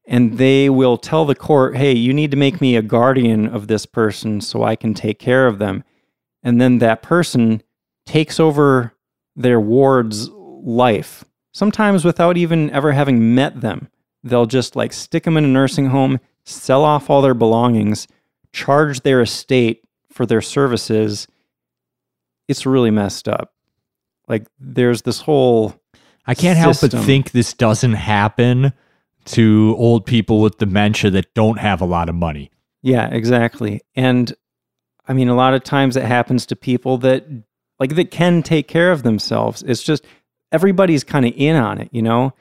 S2: and they will tell the court hey you need to make me a guardian of this person so i can take care of them and then that person takes over their ward's life sometimes without even ever having met them they'll just like stick them in a nursing home, sell off all their belongings, charge their estate for their services. It's really messed up. Like there's this whole
S1: I can't help
S2: system.
S1: but think this doesn't happen to old people with dementia that don't have a lot of money.
S2: yeah, exactly. And I mean a lot of times it happens to people that like that can take care of themselves. It's just everybody's kind of in on it, you know.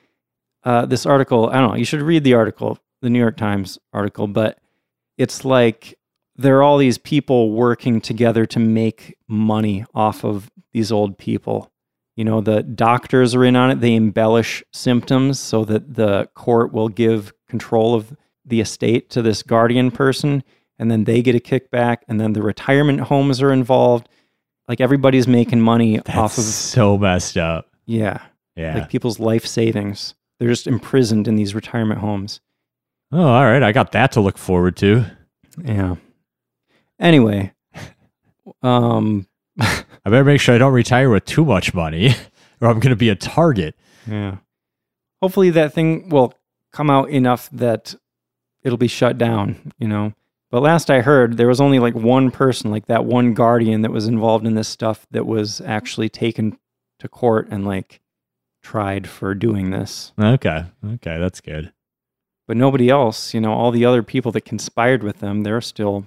S2: Uh, this article, I don't know. You should read the article, the New York Times article, but it's like there are all these people working together to make money off of these old people. You know, the doctors are in on it. They embellish symptoms so that the court will give control of the estate to this guardian person, and then they get a kickback. And then the retirement homes are involved. Like everybody's making money
S1: That's
S2: off of
S1: so messed up.
S2: yeah,
S1: Yeah.
S2: like people's life savings. They're just imprisoned in these retirement homes.
S1: oh, all right. I got that to look forward to.
S2: Yeah. Anyway, um,
S1: I better make sure I don't retire with too much money or I'm going to be a target.
S2: yeah. Hopefully that thing will come out enough that it'll be shut down, you know. But last I heard, there was only like one person, like that one guardian that was involved in this stuff that was actually taken to court and like tried for doing this.
S1: Okay. Okay. That's good.
S2: But nobody else, you know, all the other people that conspired with them, they're still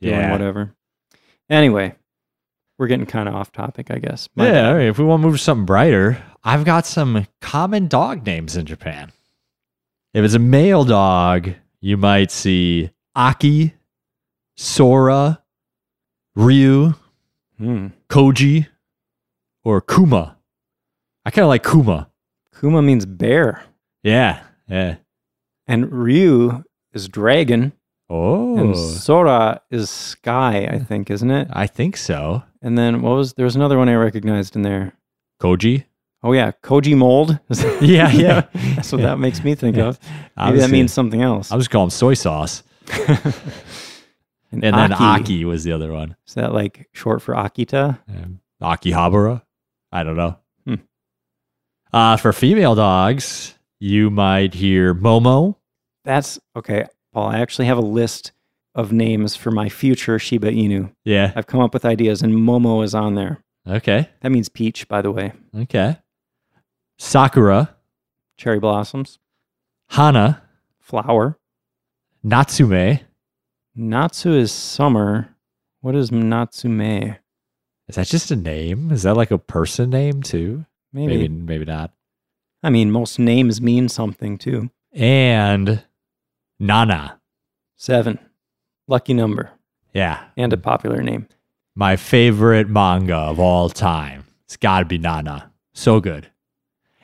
S2: doing
S1: Yeah.
S2: whatever. Anyway, we're getting kind of off topic, I guess. My
S1: yeah.
S2: bad.
S1: All right. If we want to move to something brighter, I've got some common dog names in Japan. If it's a male dog, you might see Aki, Sora, Ryu,
S2: Hmm.
S1: Koji, or Kuma. I kind of like Kuma.
S2: Kuma means bear,
S1: Yeah. Yeah.
S2: and Ryu is dragon,
S1: Oh.
S2: and Sora is sky, I think, isn't it?
S1: I think so.
S2: And then what was there was another one I recognized in there.
S1: Koji?
S2: Oh yeah, Koji mold.
S1: Yeah, yeah.
S2: That's what that makes me think of. Maybe that
S1: Obviously.
S2: means something else.
S1: I'll just call him soy sauce. And then Aki was the other one.
S2: Is that like short for Akita?
S1: Um, Akihabara? I don't know.
S2: Hmm.
S1: Uh, for female dogs, you might hear Momo.
S2: That's okay, Paul. I actually have a list of names for my future Shiba Inu.
S1: Yeah.
S2: I've come up with ideas, and Momo is on there.
S1: Okay.
S2: That means peach, by the way.
S1: Okay. Sakura,
S2: Cherry blossoms,
S1: Hana,
S2: flower.
S1: Natsume.
S2: Natsu is summer. What is Natsume?
S1: Is that just a name? Is that like a person name too?
S2: Maybe.
S1: maybe, maybe not.
S2: I mean, most names mean something too.
S1: And Nana.
S2: Seven, lucky number,
S1: Yeah.
S2: and a popular name.
S1: My favorite manga of all time. It's got to be Nana. So good.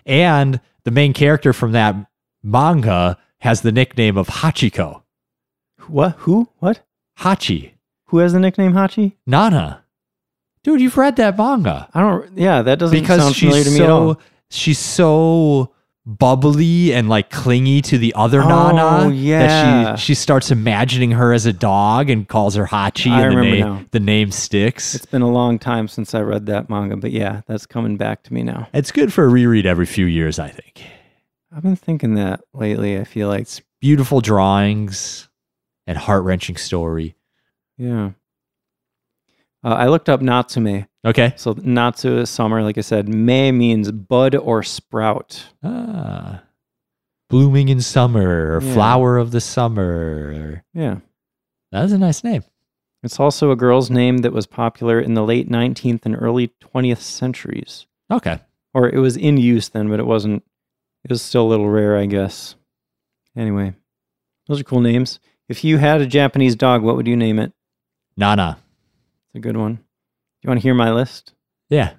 S1: And the main character from that manga has the nickname of Hachiko.
S2: What? Who? What?
S1: Hachi.
S2: Who has the nickname Hachi?
S1: Nana. Dude, you've read that manga.
S2: I don't. Yeah, that doesn't
S1: Because
S2: sound familiar
S1: she's
S2: to me at all.
S1: so she's so bubbly and like clingy to the other
S2: Oh,
S1: Nana
S2: yeah.
S1: that she she starts imagining her as a dog and calls her Hachi
S2: I
S1: and the
S2: remember
S1: name
S2: now.
S1: the name sticks.
S2: It's been a long time since I read that manga, but yeah, that's coming back to me now.
S1: It's good for a reread every few years, I think.
S2: I've been thinking that lately. I feel like,
S1: Beautiful drawings and heart wrenching story.
S2: yeah. Uh, I looked up Natsume.
S1: Okay.
S2: So Natsu is summer, like I said. May means bud or sprout.
S1: Ah. Blooming in summer or
S2: Yeah.
S1: flower of the summer.
S2: Yeah.
S1: That is a nice name.
S2: It's also a girl's name that was popular in the late 19th and early 20th centuries.
S1: Okay.
S2: Or it was in use then, but it wasn't, it was still a little rare, I guess. Anyway, those are cool names. If you had a Japanese dog, what would you name it?
S1: Nana.
S2: It's a good one. Do you want to hear my list?
S1: Yeah.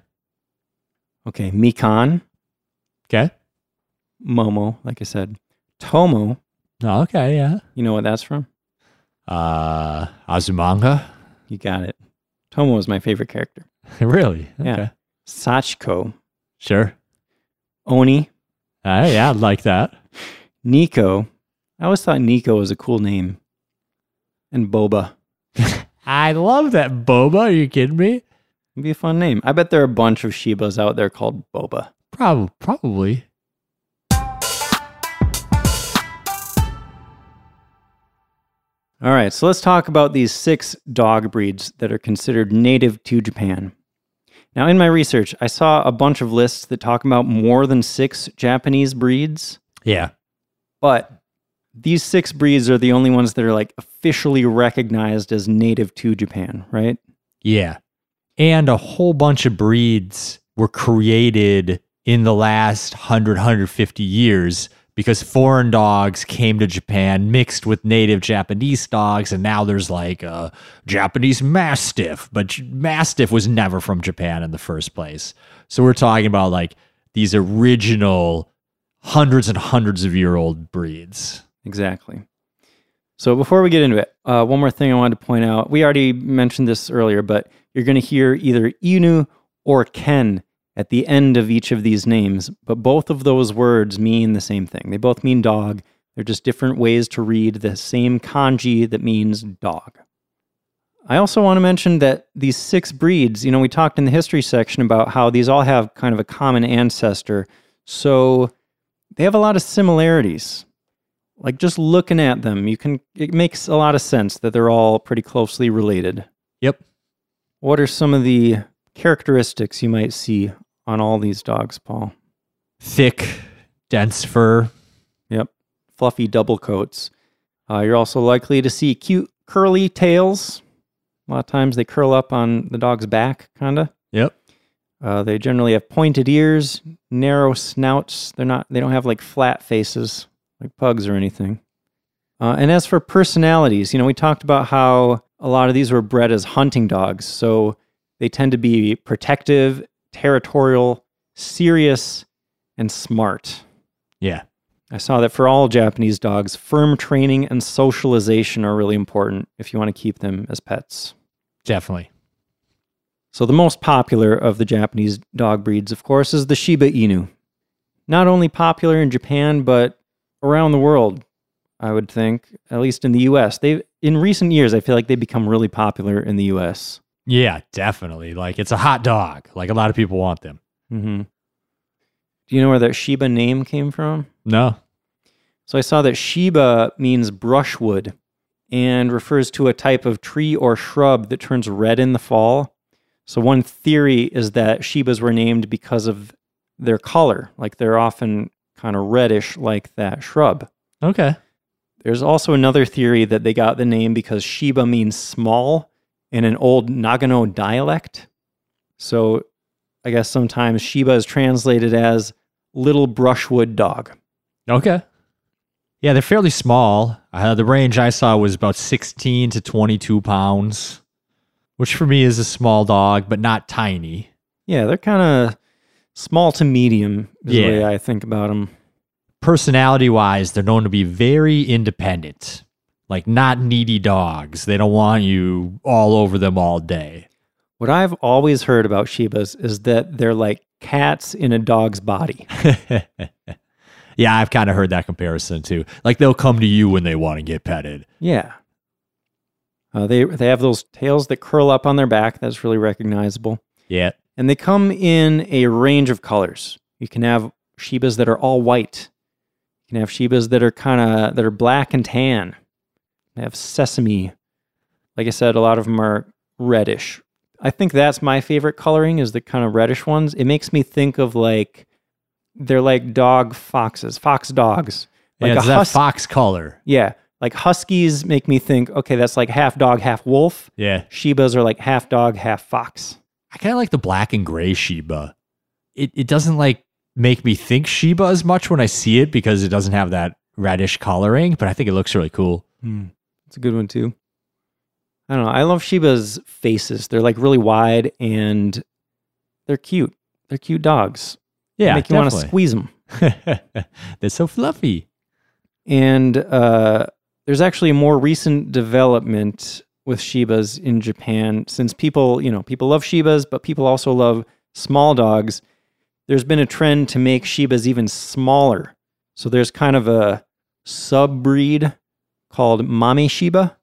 S2: Okay, Mikan,
S1: Okay.
S2: Momo, like I said. Tomo,
S1: Oh, okay. Yeah.
S2: you know what that's from?
S1: Uh, Azumanga.
S2: You got it. Tomo is my favorite character.
S1: really?
S2: Yeah.
S1: Okay.
S2: Sachiko,
S1: Sure.
S2: Oni,
S1: Uh, yeah. I'd like that.
S2: Nico. I always thought Nico was a cool name. And Boba.
S1: I love that boba. Are you kidding me?
S2: It'd be a fun name. I bet there are a bunch of Shibas out there called Boba.
S1: Probably. Probably.
S2: All right, so let's talk about these six dog breeds that are considered native to Japan. Now, in my research, I saw a bunch of lists that talk about more than six Japanese breeds,
S1: Yeah.
S2: but these six breeds are the only ones that are like officially recognized as native to Japan, right?
S1: Yeah. And a whole bunch of breeds were created in the last 100, 150 years because foreign dogs came to Japan mixed with native Japanese dogs. And now there's like a Japanese Mastiff, but J- Mastiff was never from Japan in the first place. So we're talking about like these original hundreds and hundreds of year old breeds.
S2: Exactly. So before we get into it, uh, one more thing I wanted to point out. We already mentioned this earlier, but you're going to hear either Inu or Ken at the end of each of these names, but both of those words mean the same thing. They both mean dog. They're just different ways to read the same kanji that means dog. I also want to mention that these six breeds, you know, we talked in the history section about how these all have kind of a common ancestor. So they have a lot of similarities like just looking at them, you can it makes a lot of sense that they're all pretty closely related.
S1: Yep.
S2: What are some of the characteristics you might see on all these dogs, Paul?
S1: Thick, dense fur.
S2: Yep. Fluffy double coats. Uh, you're also likely to see cute curly tails. A lot of times they curl up on the dog's back, kinda.
S1: Yep.
S2: Uh, they generally have pointed ears, narrow snouts. They're not. They don't have like flat faces like pugs or anything. Uh, and as for personalities, you know, we talked about how a lot of these were bred as hunting dogs, so they tend to be protective, territorial, serious, and smart.
S1: Yeah.
S2: I saw that for all Japanese dogs, firm training and socialization are really important if you want to keep them as pets.
S1: Definitely.
S2: So, the most popular of the Japanese dog breeds, of course, is the Shiba Inu. Not only popular in Japan, but around the world, I would think, at least in the US. They in recent years, I feel like they've become really popular in the US.
S1: Yeah, definitely. Like it's a hot dog. Like a lot of people want them.
S2: Mm-hmm. Do you know where that Shiba name came from?
S1: No.
S2: So I saw that Shiba means brushwood and refers to a type of tree or shrub that turns red in the fall. So one theory is that Shibas were named because of their color, like they're often kind of reddish like that shrub.
S1: Okay.
S2: There's also another theory that they got the name because Shiba means small in an old Nagano dialect. So I guess sometimes Shiba is translated as little brushwood dog.
S1: Okay. Yeah, they're fairly small. Uh, the range I saw was about 16 to 22 pounds, which for me is a small dog, but not tiny.
S2: Yeah, they're kind of small to medium is
S1: Yeah.
S2: the way I think about them.
S1: Personality wise, they're known to be very independent, like not needy dogs. They don't want you all over them all day.
S2: What I've always heard about Shibas is that they're like cats in a dog's body.
S1: yeah, I've kind of heard that comparison too. Like they'll come to you when they want to get petted.
S2: Yeah. Uh, they they have those tails that curl up on their back. That's really recognizable.
S1: Yeah.
S2: And they come in a range of colors. You can have Shibas that are all white. You can have Shibas that are kind of that are black and tan. They have sesame. Like I said, a lot of them are reddish. I think that's my favorite coloring is the kind of reddish ones. It makes me think of like they're like dog foxes, fox dogs. Like
S1: yeah,
S2: a
S1: it's that
S2: hus-
S1: fox color.
S2: yeah, like huskies make me think, okay, that's like half dog, half wolf.
S1: Yeah.
S2: Shibas are like half dog, half fox.
S1: I kind of like the black and gray Sheba. It it doesn't like make me think Sheba as much when I see it because it doesn't have that reddish coloring, but I think it looks really cool.
S2: It's a good one too. I don't know. I love Shiba's faces. They're like really wide and they're cute. They're cute dogs.
S1: Yeah,
S2: make you want to squeeze them.
S1: They're so fluffy.
S2: And uh, there's actually a more recent development with Shibas in Japan since people, you know, people love Shibas, but people also love small dogs. There's been a trend to make Shibas even smaller. So there's kind of a sub breed called Mame Shiba.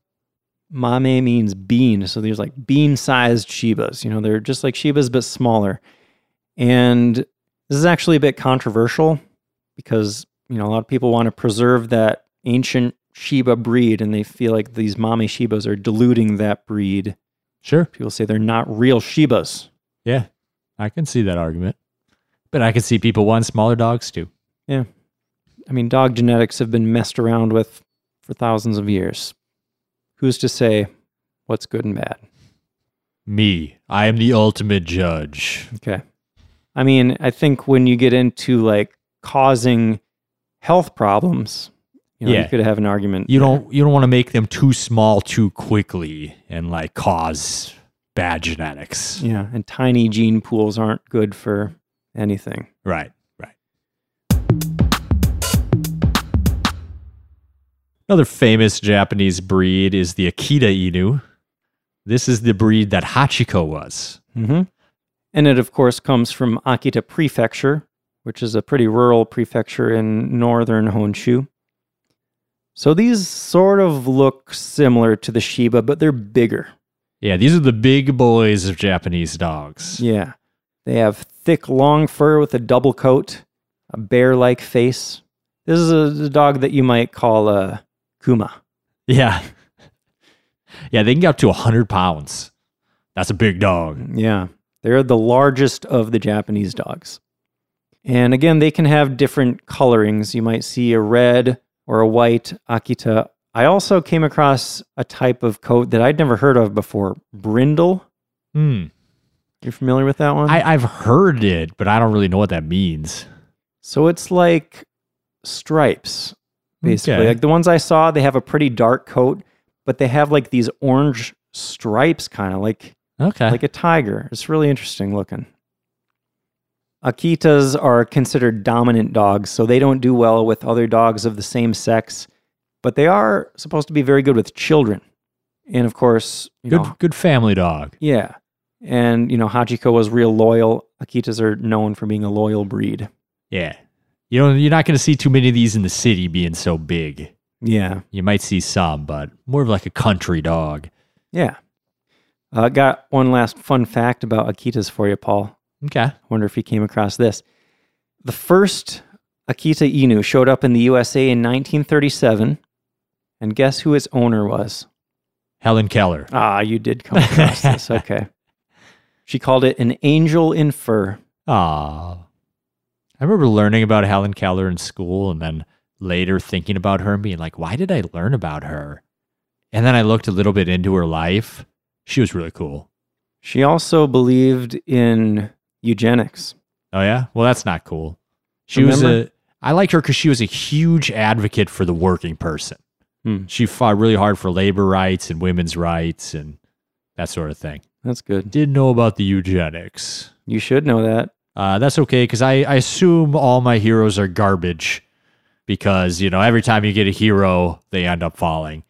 S2: Mame means bean. So there's like bean sized Shibas. You know, they're just like Shibas, but smaller. And this is actually a bit controversial because you know a lot of people want to preserve that ancient Shiba breed, and they feel like these mommy Shibas are diluting that breed.
S1: Sure.
S2: People say they're not real Shibas.
S1: Yeah. I can see that argument. But I can see people wanting smaller dogs too.
S2: I mean, dog genetics have been messed around with for thousands of years. Who's to say what's good and bad?
S1: Me. I am the ultimate judge.
S2: Okay. I mean, I think when you get into like causing health problems, you know,
S1: Yeah.
S2: you could have an argument.
S1: You
S2: there.
S1: don't you don't want to make them too small too quickly and like cause bad genetics.
S2: Yeah, and tiny gene pools aren't good for anything.
S1: Right, right. Another famous Japanese breed is the Akita Inu. This is the breed that Hachiko was.
S2: Mm-hmm. And it, of course, comes from Akita Prefecture, which is a pretty rural prefecture in northern Honshu. So these sort of look similar to the Shiba, but they're bigger.
S1: Yeah, these are the big boys of Japanese dogs.
S2: Yeah. They have thick, long fur with a double coat, a bear like face. This is a, a dog that you might call a Kuma.
S1: Yeah. Yeah, they can get up to 100 pounds. That's a big dog.
S2: Yeah. They're the largest of the Japanese dogs. And again, they can have different colorings. You might see a red or a white Akita. I also came across a type of coat that I'd never heard of before brindle.
S1: Hmm.
S2: You're familiar with that one?
S1: I, I've heard it, but I don't really know what that means.
S2: So it's like stripes, basically.
S1: Okay.
S2: Like the ones I saw, they have a pretty dark coat, but they have like these orange stripes, kind of like
S1: Okay.
S2: like a tiger. It's really interesting looking. Akitas are considered dominant dogs, so they don't do well with other dogs of the same sex, but they are supposed to be very good with children. And of course, you
S1: good,
S2: know,
S1: good family dog.
S2: yeah. And you know, Hachiko was real loyal. Akitas are known for being a loyal breed.
S1: Yeah. You know, you're not going to see too many of these in the city being so big.
S2: Yeah.
S1: You might see some, but more of like a country dog.
S2: Yeah. Uh, got one last fun fact about Akitas for you, Paul.
S1: Okay.
S2: I wonder if you came across this. The first Akita Inu showed up in the USA in 1937. And guess who its owner was?
S1: Helen Keller.
S2: Ah, you did come across this. Okay. She called it an angel in fur.
S1: Aw. I remember learning about Helen Keller in school and then later thinking about her and being like, why did I learn about her? And then I looked a little bit into her life. She was really cool.
S2: She also believed in eugenics.
S1: Oh, yeah? Well, that's not cool. She was
S2: Remember?
S1: a, I like her because she was a huge advocate for the working person.
S2: Hmm.
S1: She fought really hard for labor rights and women's rights and that sort of thing.
S2: That's good.
S1: Didn't know about the eugenics.
S2: You should know that.
S1: Uh, that's okay because I, I assume all my heroes are garbage because, you know, every time you get a hero, they end up falling.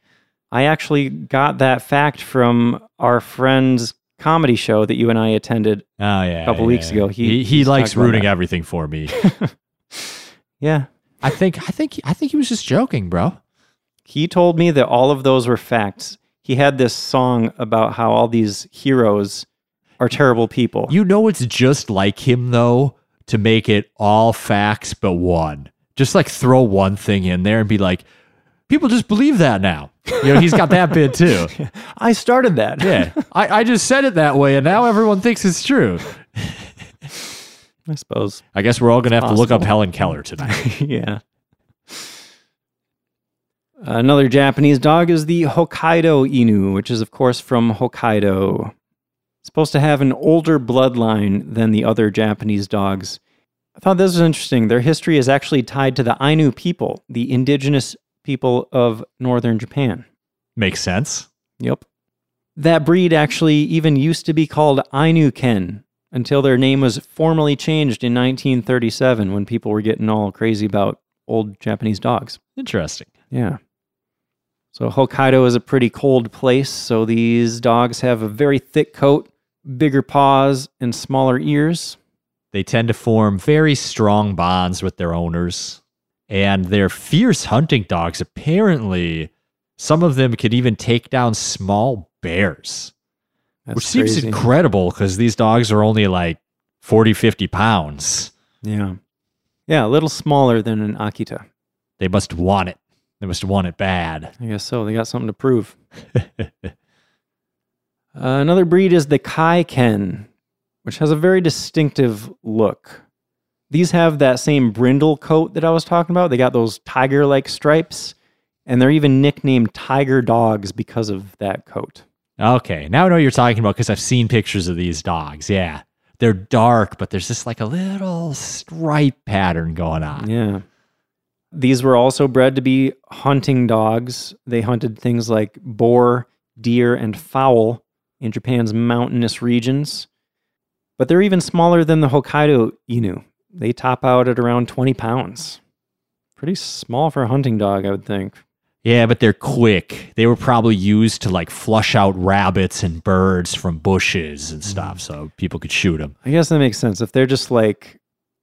S2: I actually got that fact from our friend's comedy show that you and I attended
S1: Oh, yeah. A
S2: Couple weeks ago, he-
S1: he,
S2: he's
S1: likes
S2: talked about
S1: ruining
S2: that.
S1: everything for me.
S2: Yeah.
S1: I think, I think, I think he was just joking, bro.
S2: He told me that all of those were facts. He had this song about how all these heroes are terrible people.
S1: You know, it's just like him, though, to make it all facts but one. Just like throw one thing in there and be like, people just believe that now. You know, he's got that bit too.
S2: I started that.
S1: Yeah. I, I just said it that way and now everyone thinks it's true.
S2: I suppose.
S1: I guess we're all going to have to look up
S2: Possible.
S1: Helen Keller tonight.
S2: yeah. Another Japanese dog is the Hokkaido Inu, which is, of course, from Hokkaido. Supposed to have an older bloodline than the other Japanese dogs. I thought this was interesting. Their history is actually tied to the Ainu people, the indigenous people of northern Japan.
S1: Makes sense.
S2: Yep. That breed actually even used to be called Ainu Ken until their name was formally changed in 1937 when people were getting all crazy about old Japanese dogs.
S1: Interesting.
S2: Yeah. So Hokkaido is a pretty cold place, so these dogs have a very thick coat, bigger paws, and smaller ears.
S1: They tend to form very strong bonds with their owners, and they're fierce hunting dogs. Apparently, some of them could even take down small bears,
S2: That's
S1: which seems
S2: crazy.
S1: incredible because these dogs are only like 40, 50 pounds.
S2: Yeah. Yeah, a little smaller than an Akita.
S1: They must want it. They must want it bad.
S2: I guess so. They got something to prove. Uh, another breed is the Kai Ken, which has a very distinctive look. These have that same brindle coat that I was talking about. They got those tiger like stripes, and they're even nicknamed tiger dogs because of that coat.
S1: Okay, now I know what you're talking about because I've seen pictures of these dogs. Yeah, they're dark, but there's just like a little stripe pattern going on.
S2: Yeah. These were also bred to be hunting dogs. They hunted things like boar, deer, and fowl in Japan's mountainous regions. But they're even smaller than the Hokkaido Inu. They top out at around 20 pounds. Pretty small for a hunting dog, I would think.
S1: Yeah, but they're quick. They were probably used to like flush out rabbits and birds from bushes
S2: Mm-hmm.
S1: and stuff so people could shoot them.
S2: I guess that makes sense. If they're just like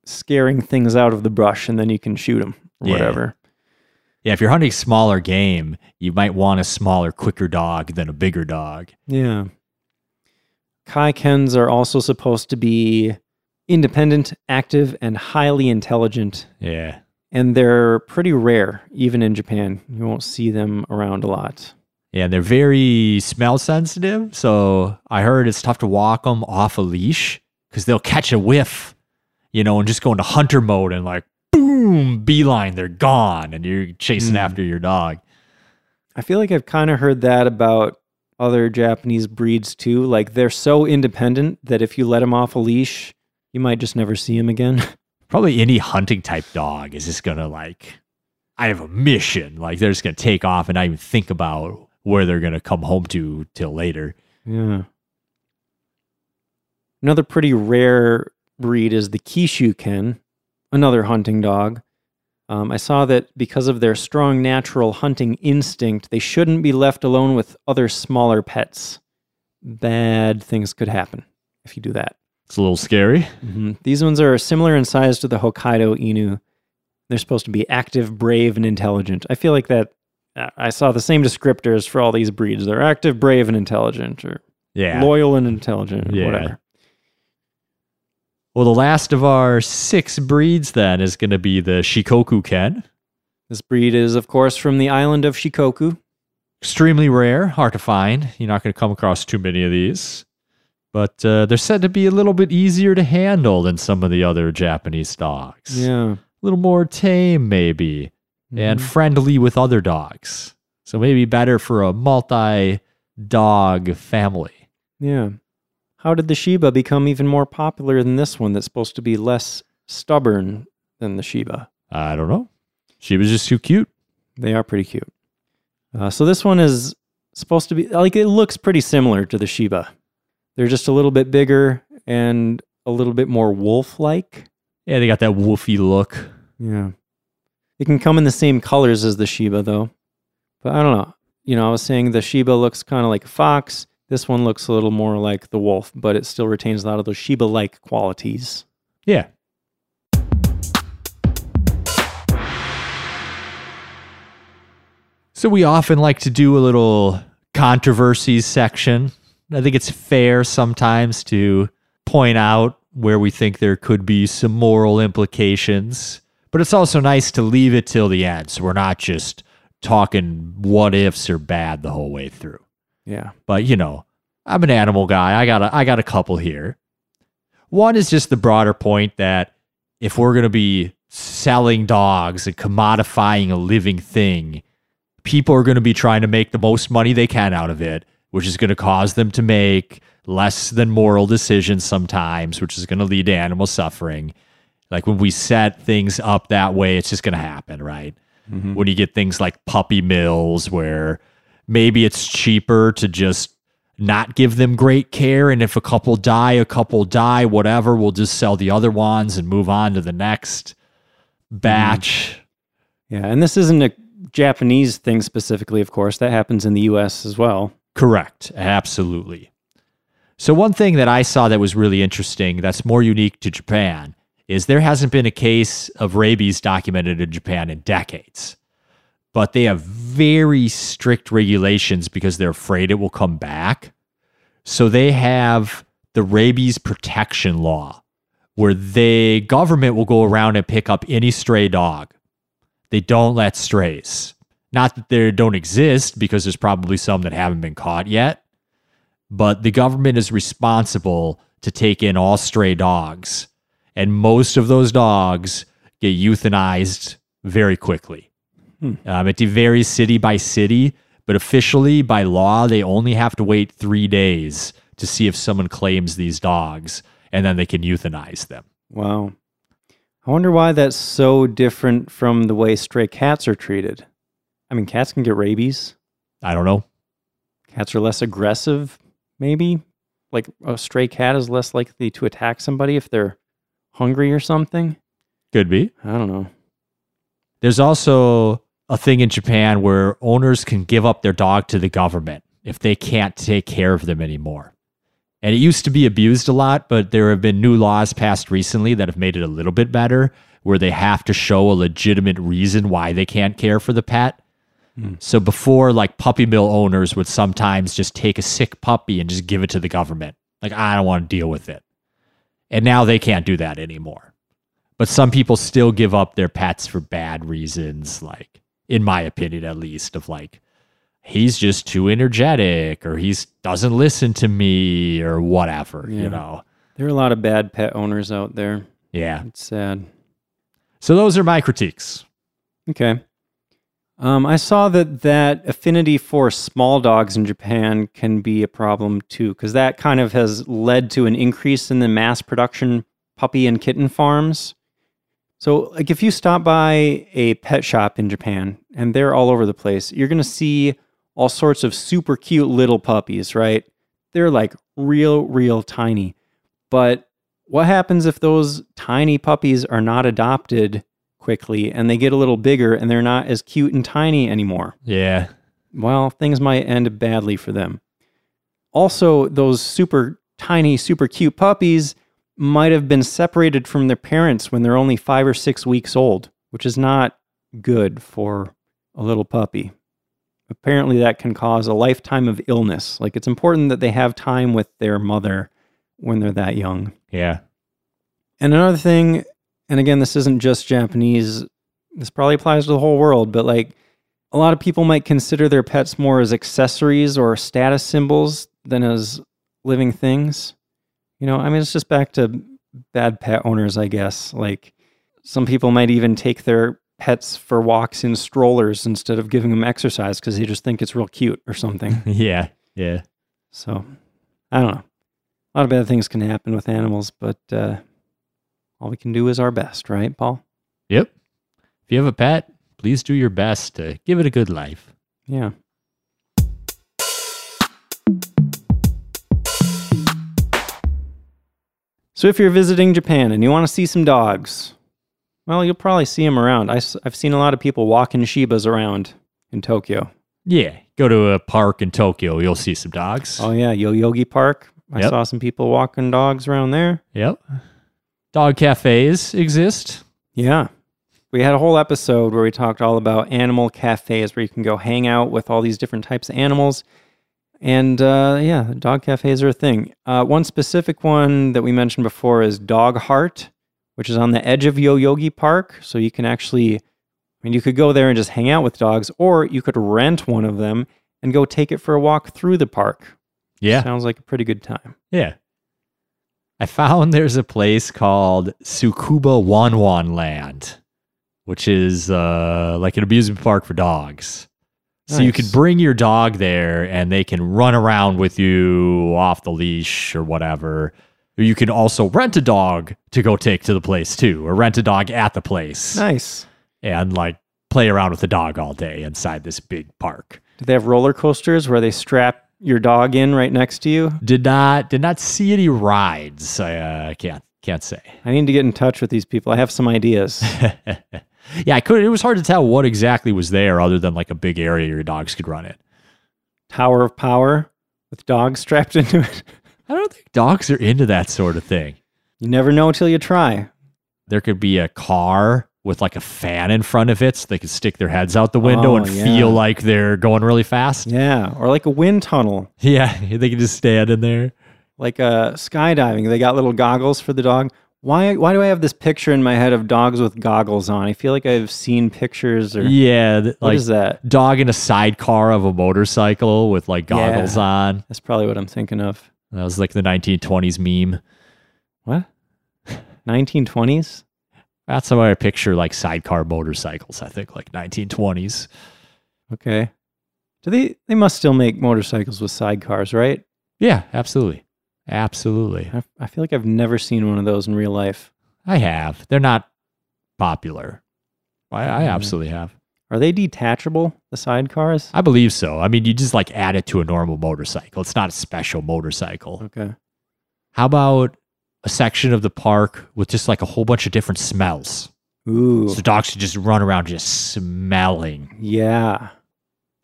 S2: scaring things out of the brush and then you can shoot them or
S1: Yeah.
S2: whatever.
S1: Yeah, if you're hunting smaller game, you might want a smaller, quicker dog than a bigger dog.
S2: Yeah. Kaikens are also supposed to be independent, active, and highly intelligent,
S1: Yeah.
S2: and they're pretty rare even in Japan. You won't see them around a lot.
S1: Yeah, they're very smell sensitive. So I heard it's tough to walk them off a leash because they'll catch a whiff, you know, and just go into hunter mode and like, boom, beeline, they're gone. And you're chasing
S2: Mm.
S1: after your dog.
S2: I feel like I've kind of heard that about other Japanese breeds too. Like they're so independent that if you let them off a leash, you might just never see them again.
S1: Probably any hunting type dog is just going to like, I have a mission. Like they're just going to take off and not even think about where they're going to come home to till later.
S2: Yeah. Another pretty rare breed is the Kishu Ken, another hunting dog. Um, I saw that because of their strong natural hunting instinct, they shouldn't be left alone with other smaller pets. Bad things could happen if you do that.
S1: It's a little scary.
S2: Mhm. These ones are similar in size to the Hokkaido Inu. They're supposed to be active, brave, and intelligent. I feel like that. I I saw the same descriptors for all these breeds. They're active, brave, and intelligent, or
S1: Yeah.
S2: loyal and intelligent,
S1: Yeah.
S2: whatever.
S1: Well, the last of our six breeds then is going to be the Shikoku Ken.
S2: This breed is, of course, from the island of Shikoku.
S1: Extremely rare, hard to find. You're not going to come across too many of these. But uh, they're said to be a little bit easier to handle than some of the other Japanese dogs.
S2: Yeah.
S1: A little more tame, maybe, and
S2: Mhm.
S1: friendly with other dogs. So maybe better for a multi dog family.
S2: yeah. How did the Shiba become even more popular than this one that's supposed to be less stubborn than the Shiba?
S1: I don't know. She was just too cute.
S2: They are pretty cute. Uh, so this one is supposed to be like it looks pretty similar to the Shiba. They're just a little bit bigger and a little bit more wolf-like.
S1: Yeah, they got that woofy look.
S2: Yeah. It can come in the same colors as the Shiba, though. But I don't know. You know, I was saying the Shiba looks kind of like a fox. This one looks a little more like the wolf, but it still retains a lot of those Shiba like qualities.
S1: Yeah. So we often like to do a little controversies section. I think it's fair sometimes to point out where we think there could be some moral implications, but it's also nice to leave it till the end so we're not just talking what ifs are bad the whole way through
S2: Yeah.
S1: but you know, I'm an animal guy. I got a, I got a couple here. One is just the broader point that if we're going to be selling dogs and commodifying a living thing, people are going to be trying to make the most money they can out of it, which is going to cause them to make less than moral decisions sometimes, which is going to lead to animal suffering. Like when we set things up that way, it's just going to happen, right? when you get things like puppy mills where maybe it's cheaper to just not give them great care and if a couple die a couple die whatever we'll just sell the other ones and move on to the next batch
S2: Yeah. And this isn't a Japanese thing specifically, of course. That happens in the US as well.
S1: Correct. Absolutely. So, one thing that I saw that was really interesting that's more unique to Japan is there hasn't been a case of rabies documented in Japan in decades. But they have very strict regulations because they're afraid it will come back. So, they have the rabies protection law where the government will go around and pick up any stray dog. They don't let strays not that they don't exist because there's probably some that haven't been caught yet but the government is responsible to take in all stray dogs. And most of those dogs get euthanized very quickly.
S2: Hmm.
S1: Um, it varies city by city, but officially by law, they only have to wait three days to see if someone claims these dogs and then they can euthanize them.
S2: Wow. I wonder why that's so different from the way stray cats are treated. I mean, cats can get rabies.
S1: I don't know.
S2: Cats are less aggressive, maybe. Like a stray cat is less likely to attack somebody if they're hungry or something.
S1: Could be.
S2: I don't know.
S1: There's also a thing in Japan where owners can give up their dog to the government if they can't take care of them anymore. And it used to be abused a lot, but there have been new laws passed recently that have made it a little bit better where they have to show a legitimate reason why they can't care for the pet.
S2: Hmm.
S1: So before, like puppy mill owners would sometimes just take a sick puppy and just give it to the government. Like, I don't want to deal with it. And now they can't do that anymore but some people still give up their pets for bad reasons like in my opinion at least of like he's just too energetic or he's doesn't listen to me or whatever
S2: Yeah.
S1: you know
S2: There are a lot of bad pet owners out there.
S1: yeah
S2: It's sad.
S1: so those are my critiques
S2: Okay. Um, I saw that that affinity for small dogs in Japan can be a problem too, because that kind of has led to an increase in the mass production puppy and kitten farms. So, like, if you stop by a pet shop in Japan, and they're all over the place, you're gonna see all sorts of super cute little puppies, right? They're like real, real tiny. But what happens if those tiny puppies are not adopted quickly and they get a little bigger and they're not as cute and tiny anymore.
S1: yeah
S2: Well, things might end badly for them. Also, those super tiny, super cute puppies might have been separated from their parents when they're only five or six weeks old, which is not good for a little puppy. Apparently, that can cause a lifetime of illness. Like, it's important that they have time with their mother when they're that young.
S1: yeah
S2: And another thing, and again, this isn't just Japanese, this probably applies to the whole world, but like a lot of people might consider their pets more as accessories or status symbols than as living things. You know, I mean, it's just back to bad pet owners, I guess. Like some people might even take their pets for walks in strollers instead of giving them exercise because they just think it's real cute or something.
S1: yeah yeah
S2: So I don't know. A lot of bad things can happen with animals, but uh, all we can do is our best, right, Paul?
S1: yep if you have a pet please do your best to give it a good life
S2: Yeah. So if you're visiting Japan and you want to see some dogs, well, you'll probably see them around. I, have seen a lot of people walking Shibas around in Tokyo.
S1: yeah go to a park in tokyo you'll see some dogs
S2: Oh, yeah, Yoyogi Park. I
S1: Yep.
S2: saw some people walking dogs around there.
S1: yep dog cafes exist
S2: Yeah. We had a whole episode where we talked all about animal cafes where you can go hang out with all these different types of animals. And uh, yeah, dog cafes are a thing. Uh, one specific one that we mentioned before is Dog Heart, which is on the edge of Yoyogi Park. So you can actually, I mean, you could go there and just hang out with dogs, or you could rent one of them and go take it for a walk through the park.
S1: yeah
S2: Sounds like a pretty good time.
S1: Yeah. I found there's a place called Sukuba Wanwan Land, which is uh, like an amusement park for dogs. So you can
S2: Nice.
S1: bring your dog there and they can run around with you off the leash or whatever. Or You can also rent a dog to go take to the place too, or rent a dog at the place
S2: Nice.
S1: and like play around with the dog all day inside this big park.
S2: Do they have roller coasters where they strap your dog in right next to you?
S1: Did not did not see any rides. I uh, can't can't say.
S2: I need to get in touch with these people. I have some ideas.
S1: yeah, I could. It was hard to tell what exactly was there, other than like a big area your dogs could run in.
S2: Tower of Power with dogs strapped into it.
S1: I don't think dogs are into that sort of thing.
S2: You never know until you try.
S1: There could be a car with like a fan in front of it, so they could stick their heads out the window
S2: Oh,
S1: and
S2: yeah.
S1: feel like they're going really fast.
S2: Yeah. Or like a wind tunnel,
S1: Yeah, they can just stand in there.
S2: like uh, skydiving. They got little goggles for the dog. Why, why do I have this picture in my head of dogs with goggles on? I feel like I've seen pictures or.
S1: Yeah, th-
S2: what
S1: like
S2: is that?
S1: dog in a sidecar of a motorcycle with like goggles
S2: Yeah.
S1: on.
S2: That's probably what I'm thinking of.
S1: That was like the 1920s meme.
S2: What? 1920s?
S1: That's how I picture like sidecar motorcycles. I think like 1920s.
S2: Okay. Do they they must still make motorcycles with sidecars, right?
S1: Yeah, absolutely, absolutely.
S2: I, I feel like I've never seen one of those in real life.
S1: I have. They're not popular. I, I
S2: Mhm.
S1: absolutely have.
S2: Are they detachable, the sidecars?
S1: I believe so. I mean, you just like add it to a normal motorcycle. It's not a special motorcycle.
S2: Okay.
S1: How about a section of the park with just like a whole bunch of different smells?
S2: Ooh.
S1: So dogs should just run around just smelling.
S2: Yeah.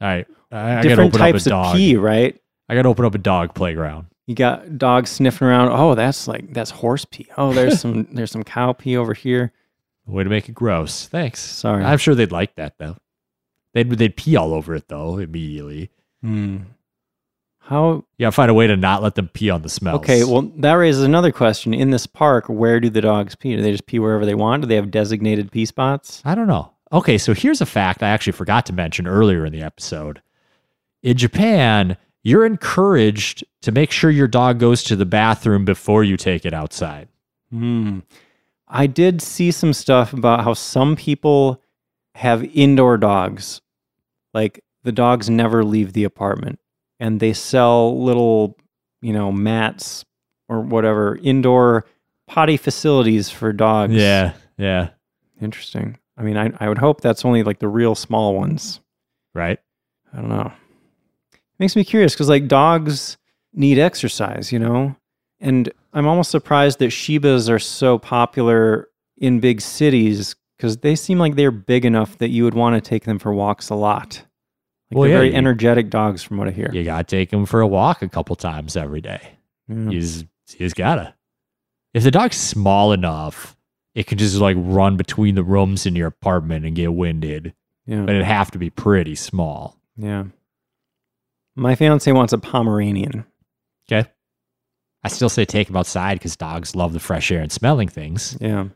S1: All right. I, I gotta
S2: Different
S1: open up a
S2: types of
S1: dog.
S2: pee, right?
S1: I gotta open up a dog playground.
S2: You got dogs sniffing around. Oh, that's like that's horse pee. Oh, there's some there's some cow pee over here.
S1: Way to make it gross. Thanks.
S2: Sorry.
S1: I'm sure they'd like that though. They'd they'd pee all over it though immediately.
S2: Hmm. How
S1: Yeah, find a way to not let them pee on the smells.
S2: okay? Well, that raises another question. In this park, where do the dogs pee? Do they just pee wherever they want? Do they have designated pee spots?
S1: I don't know. Okay, so here's a fact I actually forgot to mention earlier in the episode. In Japan, you're encouraged to make sure your dog goes to the bathroom before you take it outside.
S2: Hmm. I did see some stuff about how some people have indoor dogs. Like the dogs never leave the apartment and they sell little, you know, mats or whatever, indoor potty facilities for dogs.
S1: Yeah, yeah,
S2: Interesting. I mean, I, I would hope that's only like the real small ones.
S1: right?
S2: I don't know. makes me curious because like dogs need exercise, you know? And I'm almost surprised that Shibas are so popular in big cities because they seem like they're big enough that you would want to take them for walks a lot. Like
S1: Well,
S2: they're
S1: yeah,
S2: very
S1: you-
S2: energetic dogs from what I hear.
S1: You got to take him for a walk a couple times every day.
S2: Yeah.
S1: He's he's gotta. If the dog's small enough, it can just like run between the rooms in your apartment and get winded.
S2: Yeah.
S1: But it'd have to be pretty small.
S2: yeah. My fiance wants a Pomeranian.
S1: Okay. I still say take them outside because dogs love the fresh air and smelling things.
S2: Yeah.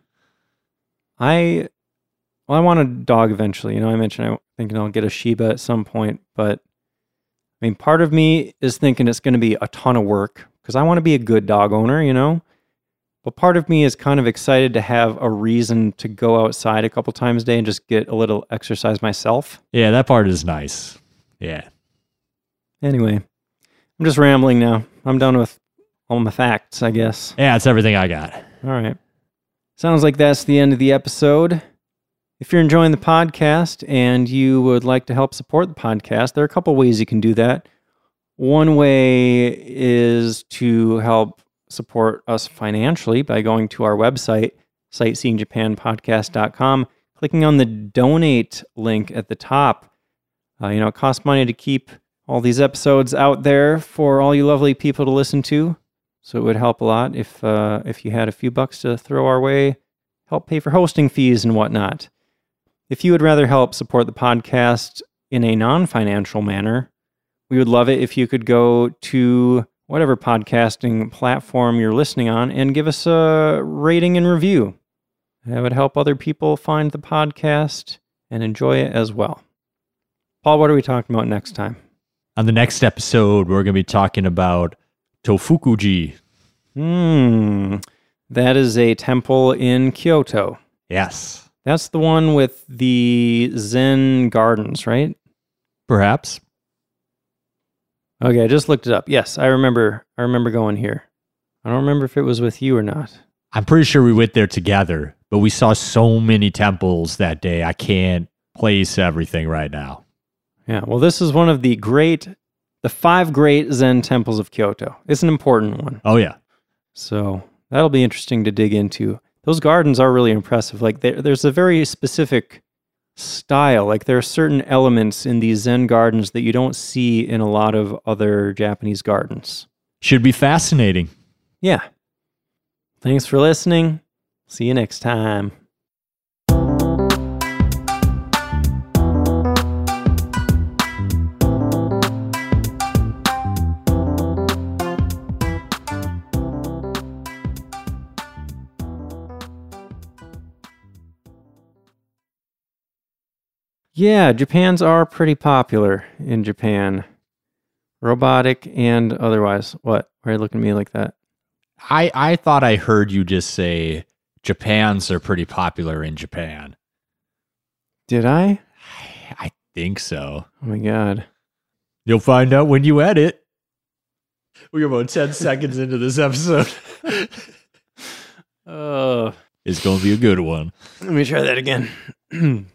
S2: I well, I want a dog eventually. You know, I mentioned I'm thinking I'll get a Shiba at some point, but I mean, part of me is thinking it's going to be a ton of work because I want to be a good dog owner, you know? But part of me is kind of excited to have a reason to go outside a couple times a day and just get a little exercise myself.
S1: Yeah, that part is nice. Yeah.
S2: Anyway, I'm just rambling now. I'm done with all my facts, I guess.
S1: Yeah, that's everything I got.
S2: All right. Sounds like that's the end of the episode. If you're enjoying the podcast and you would like to help support the podcast, there are a couple ways you can do that. One way is to help support us financially by going to our website, sightseeingjapanpodcast.com, clicking on the donate link at the top. Uh, you know, it costs money to keep all these episodes out there for all you lovely people to listen to. So it would help a lot if uh, if you had a few bucks to throw our way, help pay for hosting fees and whatnot. If you would rather help support the podcast in a non-financial manner, we would love it if you could go to whatever podcasting platform you're listening on and give us a rating and review. That would help other people find the podcast and enjoy it as well. Paul, what are we talking about next time?
S1: On the next episode, we're going to be talking about Tofukuji.
S2: Hmm. That is a temple in Kyoto.
S1: Yes.
S2: That's the one with the Zen gardens, right?
S1: Perhaps.
S2: Okay, I just looked it up. Yes, I remember. I remember going here. I don't remember if it was with you or not.
S1: I'm pretty sure we went there together, but we saw so many temples that day. I can't place everything right now.
S2: Yeah, well, this is one of the great, the five great Zen temples of Kyoto. It's an important one.
S1: Oh, yeah.
S2: So that'll be interesting to dig into. Those gardens are really impressive. Like there, there's a very specific style. Like there are certain elements in these Zen gardens that you don't see in a lot of other Japanese gardens.
S1: Should be fascinating.
S2: Yeah. Thanks for listening. See you next time. Yeah, Japans are pretty popular in Japan. Robotic and otherwise. What? Why are you looking at me like that?
S1: I I thought I heard you just say Japans are pretty popular in Japan.
S2: Did I?
S1: I, I think so.
S2: Oh my god.
S1: You'll find out when you edit. We're about 10 seconds into this episode.
S2: Uh,
S1: It's going to be a good one.
S2: let me try that again.